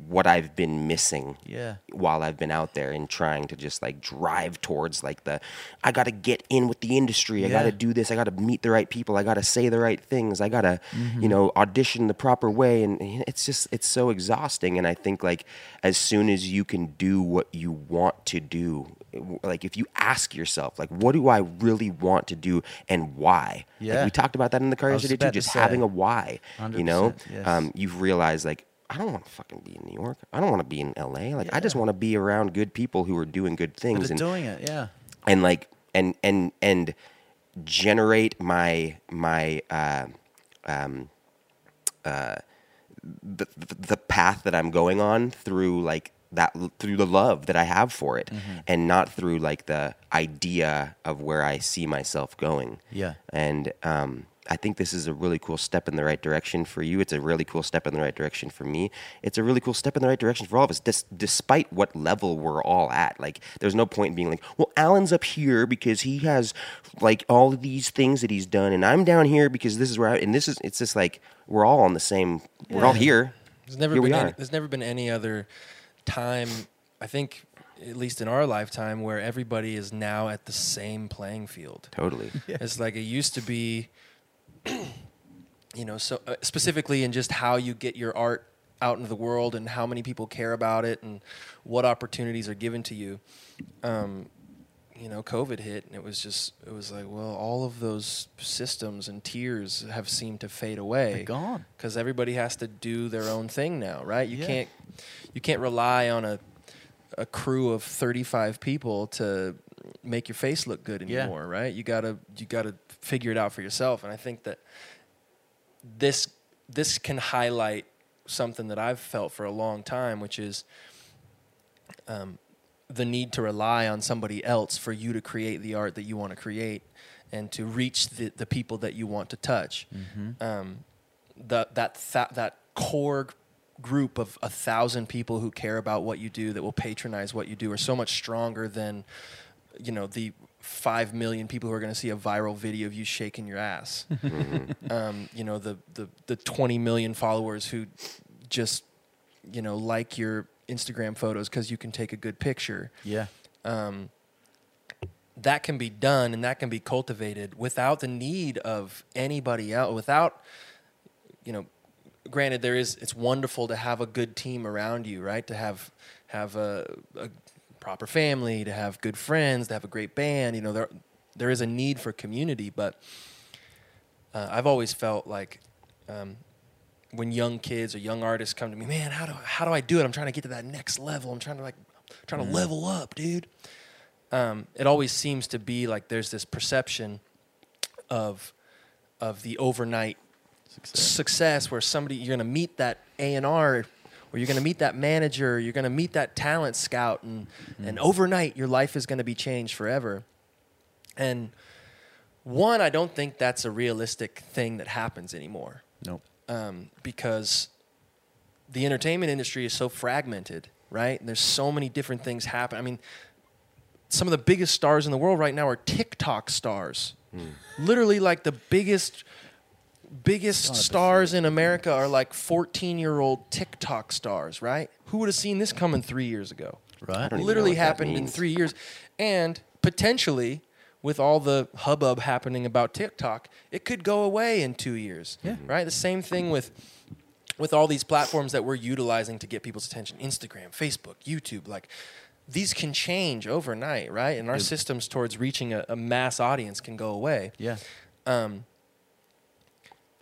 [SPEAKER 2] what I've been missing.
[SPEAKER 4] Yeah.
[SPEAKER 2] While I've been out there and trying to just like drive towards like the, I gotta get in with the industry. I
[SPEAKER 4] Yeah.
[SPEAKER 2] gotta do this. I gotta meet the right people. I gotta say the right things. I gotta,
[SPEAKER 4] Mm-hmm.
[SPEAKER 2] you know, audition the proper way. And it's just, it's so exhausting. And I think like as soon as you can do what you want to do, like if you ask yourself, like, what do I really want to do and why? Like,
[SPEAKER 4] Yeah.
[SPEAKER 2] we talked about that in the car
[SPEAKER 4] was
[SPEAKER 2] yesterday too.
[SPEAKER 4] about to
[SPEAKER 2] Just
[SPEAKER 4] say.
[SPEAKER 2] having a why, you know,
[SPEAKER 4] 100%, yes.
[SPEAKER 2] um, you've realized like I don't want to fucking be in New York. I don't want to be in LA. Like I just want to be around good people who are doing good
[SPEAKER 4] But
[SPEAKER 2] things
[SPEAKER 4] they're
[SPEAKER 2] and
[SPEAKER 4] doing it, yeah.
[SPEAKER 2] and like and and and generate my my uh, um uh, the, the the path that I'm going on through like that through the love that I have for it
[SPEAKER 4] Mm-hmm.
[SPEAKER 2] and not through like the idea of where I see myself going.
[SPEAKER 4] Yeah.
[SPEAKER 2] And um I think this is a really cool step in the right direction for you. It's a really cool step in the right direction for me. It's a really cool step in the right direction for all of us, dis- despite what level we're all at. Like, there's no point in being like, well, Alan's up here because he has like all of these things that he's done, and I'm down here because this is where I, and this is, it's just like, we're all on the same, we're all here.
[SPEAKER 3] There's never
[SPEAKER 2] Here we
[SPEAKER 3] been any,
[SPEAKER 2] are.
[SPEAKER 3] there's never been any other time I think at least in our lifetime where everybody is now at the same playing field.
[SPEAKER 2] Totally.
[SPEAKER 3] It's like it used to be you know so uh, specifically in just how you get your art out into the world and how many people care about it and what opportunities are given to you. Um, you know, COVID hit, and it was just, it was like, well, all of those systems and tiers have seemed to fade away.
[SPEAKER 4] They're gone.
[SPEAKER 3] Because everybody has to do their own thing now, right? You
[SPEAKER 4] Yeah.
[SPEAKER 3] can't, you can't rely on a, a crew of thirty-five people to make your face look good
[SPEAKER 4] Yeah.
[SPEAKER 3] anymore, right? You gotta, you gotta figure it out for yourself. And I think that this, this can highlight something that I've felt for a long time, which is um, the need to rely on somebody else for you to create the art that you want to create and to reach the, the people that you want to touch. Um, the, that, tha- that core g- group of a thousand people who care about what you do, that will patronize what you do, are so much stronger than, you know, the five million people who are going to see a viral video of you shaking your ass. um, you know, the, the, the 20 million followers who just, you know, like your Instagram photos because you can take a good picture
[SPEAKER 4] Yeah.
[SPEAKER 3] that can be done and that can be cultivated without the need of anybody else without you know granted there is it's wonderful to have a good team around you right to have have a, a proper family to have good friends to have a great band you know there there is a need for community but uh, I've always felt like um, when young kids or young artists come to me, man, how do how do I do it? I'm trying to get to that next level. I'm trying to like trying to level up, dude. Um, it always seems to be like there's this perception of of the overnight success, where somebody you're gonna meet that A and R or you're gonna meet that manager, you're gonna meet that talent scout, and and overnight your life is gonna be changed forever. And one, I don't think that's a realistic thing that happens anymore
[SPEAKER 4] Nope.
[SPEAKER 3] um, because the entertainment industry is so fragmented, right? And there's so many different things happen. I mean, some of the biggest stars in the world right now are TikTok stars. Literally, like the biggest, biggest stars in America are like 14 year old TikTok stars, right? Who would have seen this coming three years ago?
[SPEAKER 4] Right.
[SPEAKER 2] don't even know
[SPEAKER 3] Literally
[SPEAKER 2] what that
[SPEAKER 3] happened in
[SPEAKER 2] means.
[SPEAKER 3] three years. And potentially, with all the hubbub happening about TikTok, it could go away in two years, yeah. right? The same thing with with all these platforms that we're utilizing to get people's attention Instagram, Facebook, YouTube like these can change overnight, right? And our systems towards reaching a, a mass audience can go away.
[SPEAKER 4] Yeah.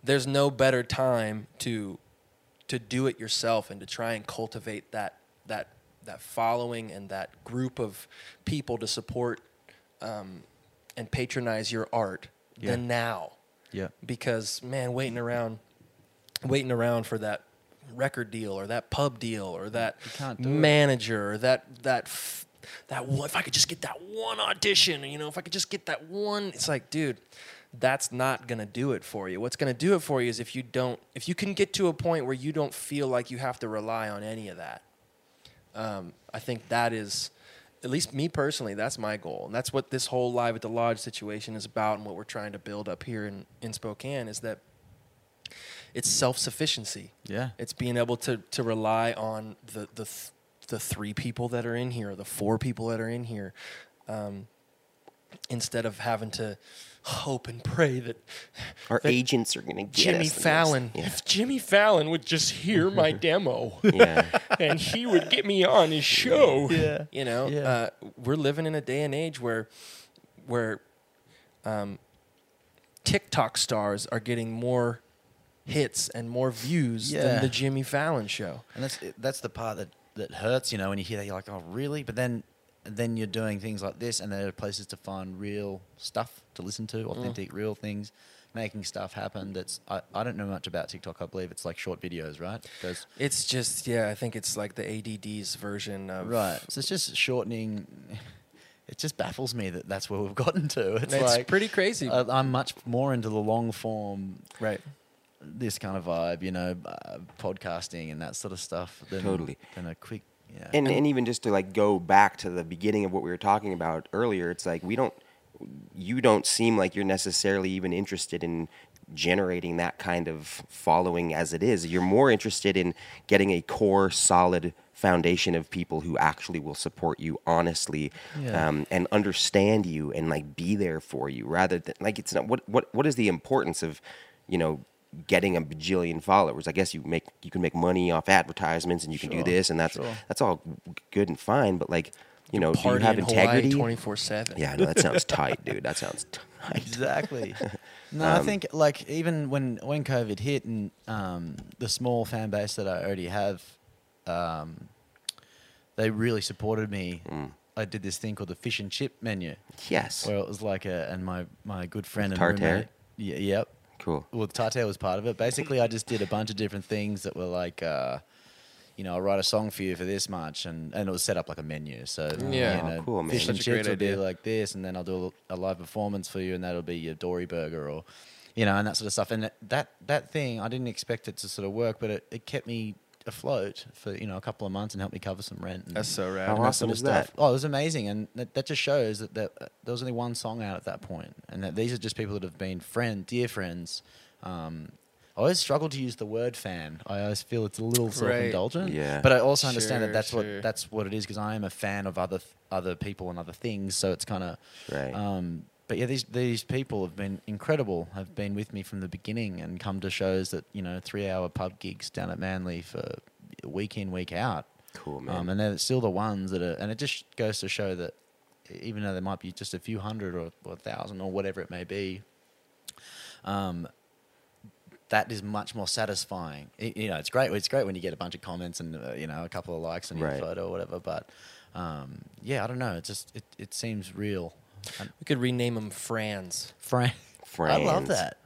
[SPEAKER 3] There's no better time to to do it yourself and to try and cultivate that that that following and that group of people to support um, and patronize your art than now.
[SPEAKER 4] Yeah.
[SPEAKER 3] Because man, waiting around, waiting around for that record deal or that pub deal or that
[SPEAKER 4] can't do it.
[SPEAKER 3] manager or that that f- that one, if I could just get that one audition, you know, if I could just get that one, it's like, dude, that's not gonna do it for you. What's gonna do it for you is if you don't, if you can get to a point where you don't feel like you have to rely on any of that. Um, I think that is, at least me personally, that's my goal. And that's what this whole Live at the Lodge situation is about and what we're trying to build up here in, in Spokane is that it's self sufficiency.
[SPEAKER 4] Yeah.
[SPEAKER 3] It's being able to, to rely on the, the, th- the three people that are in here, the four people that are in here, um, instead of having to hope and pray that
[SPEAKER 2] Our agents are gonna get
[SPEAKER 3] Jimmy
[SPEAKER 2] us the next-
[SPEAKER 3] Fallon, if Jimmy Fallon would just hear my demo
[SPEAKER 2] Yeah. yeah.
[SPEAKER 3] and he would get me on his show.
[SPEAKER 4] Yeah.
[SPEAKER 3] You know,
[SPEAKER 4] Yeah.
[SPEAKER 3] uh, we're living in a day and age where where um, TikTok stars are getting more hits and more views
[SPEAKER 4] Yeah.
[SPEAKER 3] than the Jimmy Fallon show.
[SPEAKER 4] And that's that's the part that, that hurts, you know, when you hear that, you're like, oh, really? But then then you're doing things like this, and there are places to find real stuff to listen to, authentic, real things, making stuff happen. That's I, I don't know much about TikTok. I believe it's like short videos, right? Those-
[SPEAKER 3] It's just yeah, I think it's like the ADD's version of
[SPEAKER 4] right. So it's just shortening. It just baffles me that that's where we've gotten to. It's,
[SPEAKER 3] It's,
[SPEAKER 4] like
[SPEAKER 3] pretty crazy.
[SPEAKER 4] I, Uh, I'm much more into the long form,
[SPEAKER 3] right.
[SPEAKER 4] this kind of vibe, you know, uh, podcasting and that sort of stuff. Than,
[SPEAKER 2] Totally.
[SPEAKER 4] Than a quick, yeah.
[SPEAKER 2] and and even just to like go back to the beginning of what we were talking about earlier, it's like we don't, you don't seem like you're necessarily even interested in generating that kind of following as it is. You're more interested in getting a core, solid foundation of people who actually will support you honestly
[SPEAKER 4] Yeah.
[SPEAKER 2] um, and understand you and like be there for you rather than like it's not what what what is the importance of you know getting a bajillion followers i guess you make you can make money off advertisements and you can do
[SPEAKER 4] Sure,
[SPEAKER 2] this and that's
[SPEAKER 4] sure.
[SPEAKER 2] that's all good and fine, but like, you know, do you
[SPEAKER 3] Party
[SPEAKER 2] have
[SPEAKER 3] in Hawaii
[SPEAKER 2] integrity?
[SPEAKER 3] twenty four seven.
[SPEAKER 2] yeah, no, that sounds tight, dude. That sounds tight.
[SPEAKER 4] Exactly. No,
[SPEAKER 2] Um,
[SPEAKER 4] I think like even when when COVID hit and um, the small fan base that I already have, um, they really supported me.
[SPEAKER 2] Mm.
[SPEAKER 4] I did this thing called the fish and chip menu,
[SPEAKER 2] Yes.
[SPEAKER 4] where it was like a and my my good friend and
[SPEAKER 2] Tartare?
[SPEAKER 4] roommate- Yeah, yep.
[SPEAKER 2] cool.
[SPEAKER 4] Well, Tartare was part of it. Basically, I just did a bunch of different things that were like. Uh, you know, I'll write a song for you for this much, and, and it was set up like a menu. So
[SPEAKER 3] Yeah.
[SPEAKER 4] you know,
[SPEAKER 2] Oh, cool, man.
[SPEAKER 4] fish and
[SPEAKER 3] Such a great
[SPEAKER 4] chips will be
[SPEAKER 3] idea.
[SPEAKER 4] like this, and then I'll do a, a live performance for you, and that'll be your Dory burger or, you know, and that sort of stuff. And that- that that thing, I didn't expect it to sort of work, but it, it kept me afloat for you know a couple of months and helped me cover some rent. And,
[SPEAKER 3] That's so rad.
[SPEAKER 2] How
[SPEAKER 4] and
[SPEAKER 2] awesome
[SPEAKER 4] sort of
[SPEAKER 2] is that?
[SPEAKER 4] stuff. Oh, it was amazing, and that, that just shows that, that uh, there was only one song out at that point, and that these are just people that have been friend, dear friends. Um, I always struggle to use the word fan. I always feel it's a little self-indulgent,
[SPEAKER 2] Yeah.
[SPEAKER 4] but I also understand
[SPEAKER 3] Sure,
[SPEAKER 4] that that's
[SPEAKER 3] sure.
[SPEAKER 4] what that's what it is because I am a fan of other other people and other things. So it's kind of
[SPEAKER 2] Right.
[SPEAKER 4] Um, but yeah, these these people have been incredible. Have been with me from the beginning and come to shows that you know three hour pub gigs down at Manly for week in week out.
[SPEAKER 2] Cool,
[SPEAKER 4] Um,
[SPEAKER 2] man.
[SPEAKER 4] and they're still the ones that are, and it just goes to show that even though there might be just a few hundred or, or a thousand or whatever it may be, um, that is much more satisfying. I- you know, it's great. It's great when you get a bunch of comments and uh, you know a couple of likes on your
[SPEAKER 2] Right.
[SPEAKER 4] photo or whatever. But um, yeah, I don't know. It just it, it seems real. And
[SPEAKER 3] We could rename him Franz.
[SPEAKER 4] Fran, I love
[SPEAKER 2] Frans.
[SPEAKER 4] that.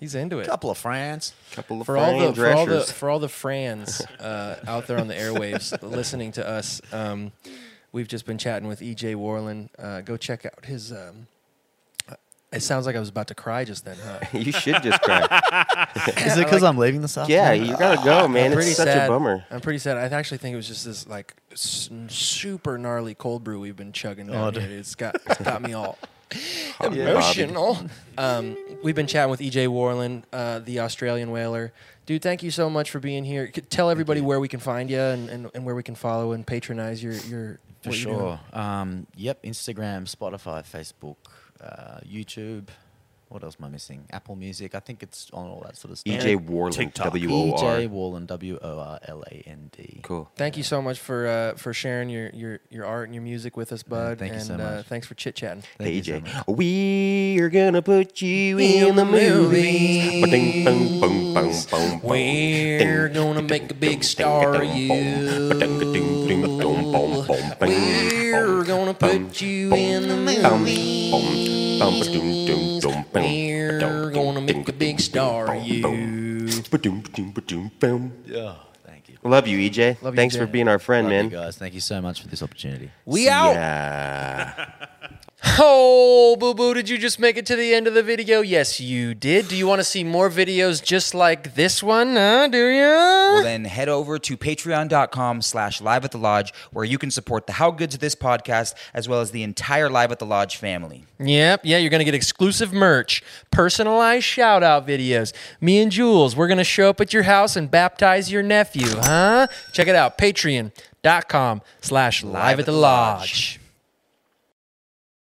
[SPEAKER 3] He's into it.
[SPEAKER 4] couple of Frans.
[SPEAKER 2] Couple of
[SPEAKER 3] for all the
[SPEAKER 2] frame
[SPEAKER 3] for all the
[SPEAKER 2] dressers.
[SPEAKER 3] for all the Frans uh, out there on the airwaves listening to us, um, we've just been chatting with EJ Warland. Uh, go check out his. Um, it sounds like I was about to cry just then. Huh?
[SPEAKER 2] you should just cry.
[SPEAKER 4] Is it because I'm leaving this afternoon?
[SPEAKER 2] yeah, you gotta go, man.
[SPEAKER 3] I'm pretty
[SPEAKER 2] It's such
[SPEAKER 3] sad.
[SPEAKER 2] a bummer.
[SPEAKER 3] I'm pretty sad. I actually think it was just this like s- super gnarly cold brew we've been chugging down
[SPEAKER 4] dude.
[SPEAKER 3] here. It's got it's got me all
[SPEAKER 2] Hot Bobby.
[SPEAKER 3] emotional. Um, we've been chatting with EJ Warland, uh, the Australian whaler. Dude, thank you so much for being here. C- Tell everybody where we can find you and, and, and where we can follow and patronize your your
[SPEAKER 4] For
[SPEAKER 3] what you're doing.
[SPEAKER 4] sure. Um, yep. Instagram, Spotify, Facebook, uh, YouTube, What else am I missing? Apple Music. I think it's on all that sort of stuff.
[SPEAKER 2] EJ E Warland,
[SPEAKER 5] TikTok.
[SPEAKER 2] W O
[SPEAKER 4] EJ
[SPEAKER 2] R.
[SPEAKER 4] E Warland. W O R L A N D.
[SPEAKER 2] Cool.
[SPEAKER 3] Thank you so much for uh, for sharing your, your your art and your music with us, bud.
[SPEAKER 4] thank you
[SPEAKER 3] and
[SPEAKER 4] so
[SPEAKER 3] Uh,
[SPEAKER 4] much.
[SPEAKER 3] thanks for chit chatting.
[SPEAKER 4] Thank
[SPEAKER 2] hey,
[SPEAKER 4] you so
[SPEAKER 2] EJ.
[SPEAKER 4] much.
[SPEAKER 2] we are E gonna put you in the movies. Ba-ding, bung, bung, bung, bung, bung.
[SPEAKER 3] We're
[SPEAKER 2] Ding,
[SPEAKER 3] gonna
[SPEAKER 2] ding,
[SPEAKER 3] make a
[SPEAKER 2] ding,
[SPEAKER 3] big
[SPEAKER 2] ding,
[SPEAKER 3] star of
[SPEAKER 2] ding,
[SPEAKER 3] you.
[SPEAKER 2] dong, bong. Ba-ding, ding, ding, dong, bong, bong, bing,
[SPEAKER 3] We're
[SPEAKER 2] bong,
[SPEAKER 3] gonna
[SPEAKER 2] bong,
[SPEAKER 3] put you
[SPEAKER 2] bong,
[SPEAKER 3] in the
[SPEAKER 2] bong,
[SPEAKER 3] movies.
[SPEAKER 2] bong, bong, ba-ding, ding, dong, bong,
[SPEAKER 3] We're
[SPEAKER 2] ba-dong, ding,
[SPEAKER 3] gonna make a
[SPEAKER 2] ding,
[SPEAKER 3] big
[SPEAKER 2] ding,
[SPEAKER 3] star of
[SPEAKER 2] bong, bong.
[SPEAKER 3] you.
[SPEAKER 2] Ba-ding, ding, ba-ding, bong.
[SPEAKER 4] Yeah. Thank you.
[SPEAKER 2] Love you, EJ.
[SPEAKER 3] Love you,
[SPEAKER 2] Thanks
[SPEAKER 3] EJ.
[SPEAKER 2] for being our friend,
[SPEAKER 4] Love
[SPEAKER 2] man.
[SPEAKER 4] you guys. Thank you so much for this opportunity.
[SPEAKER 3] We out.
[SPEAKER 2] Yeah.
[SPEAKER 3] Oh, boo boo, did you just make it to the end of the video? Yes, you did. Do you want to see more videos just like this one? Huh, do you?
[SPEAKER 6] Well, then head over to patreon.com slash live at the lodge where you can support the How Goods of This podcast as well as the entire Live at the Lodge family.
[SPEAKER 3] Yep, yeah, you're gonna get exclusive merch, personalized shout out videos. Me and Jules, we're gonna show up at your house and baptize your nephew, huh? Check it out, patreon.com slash live at the lodge.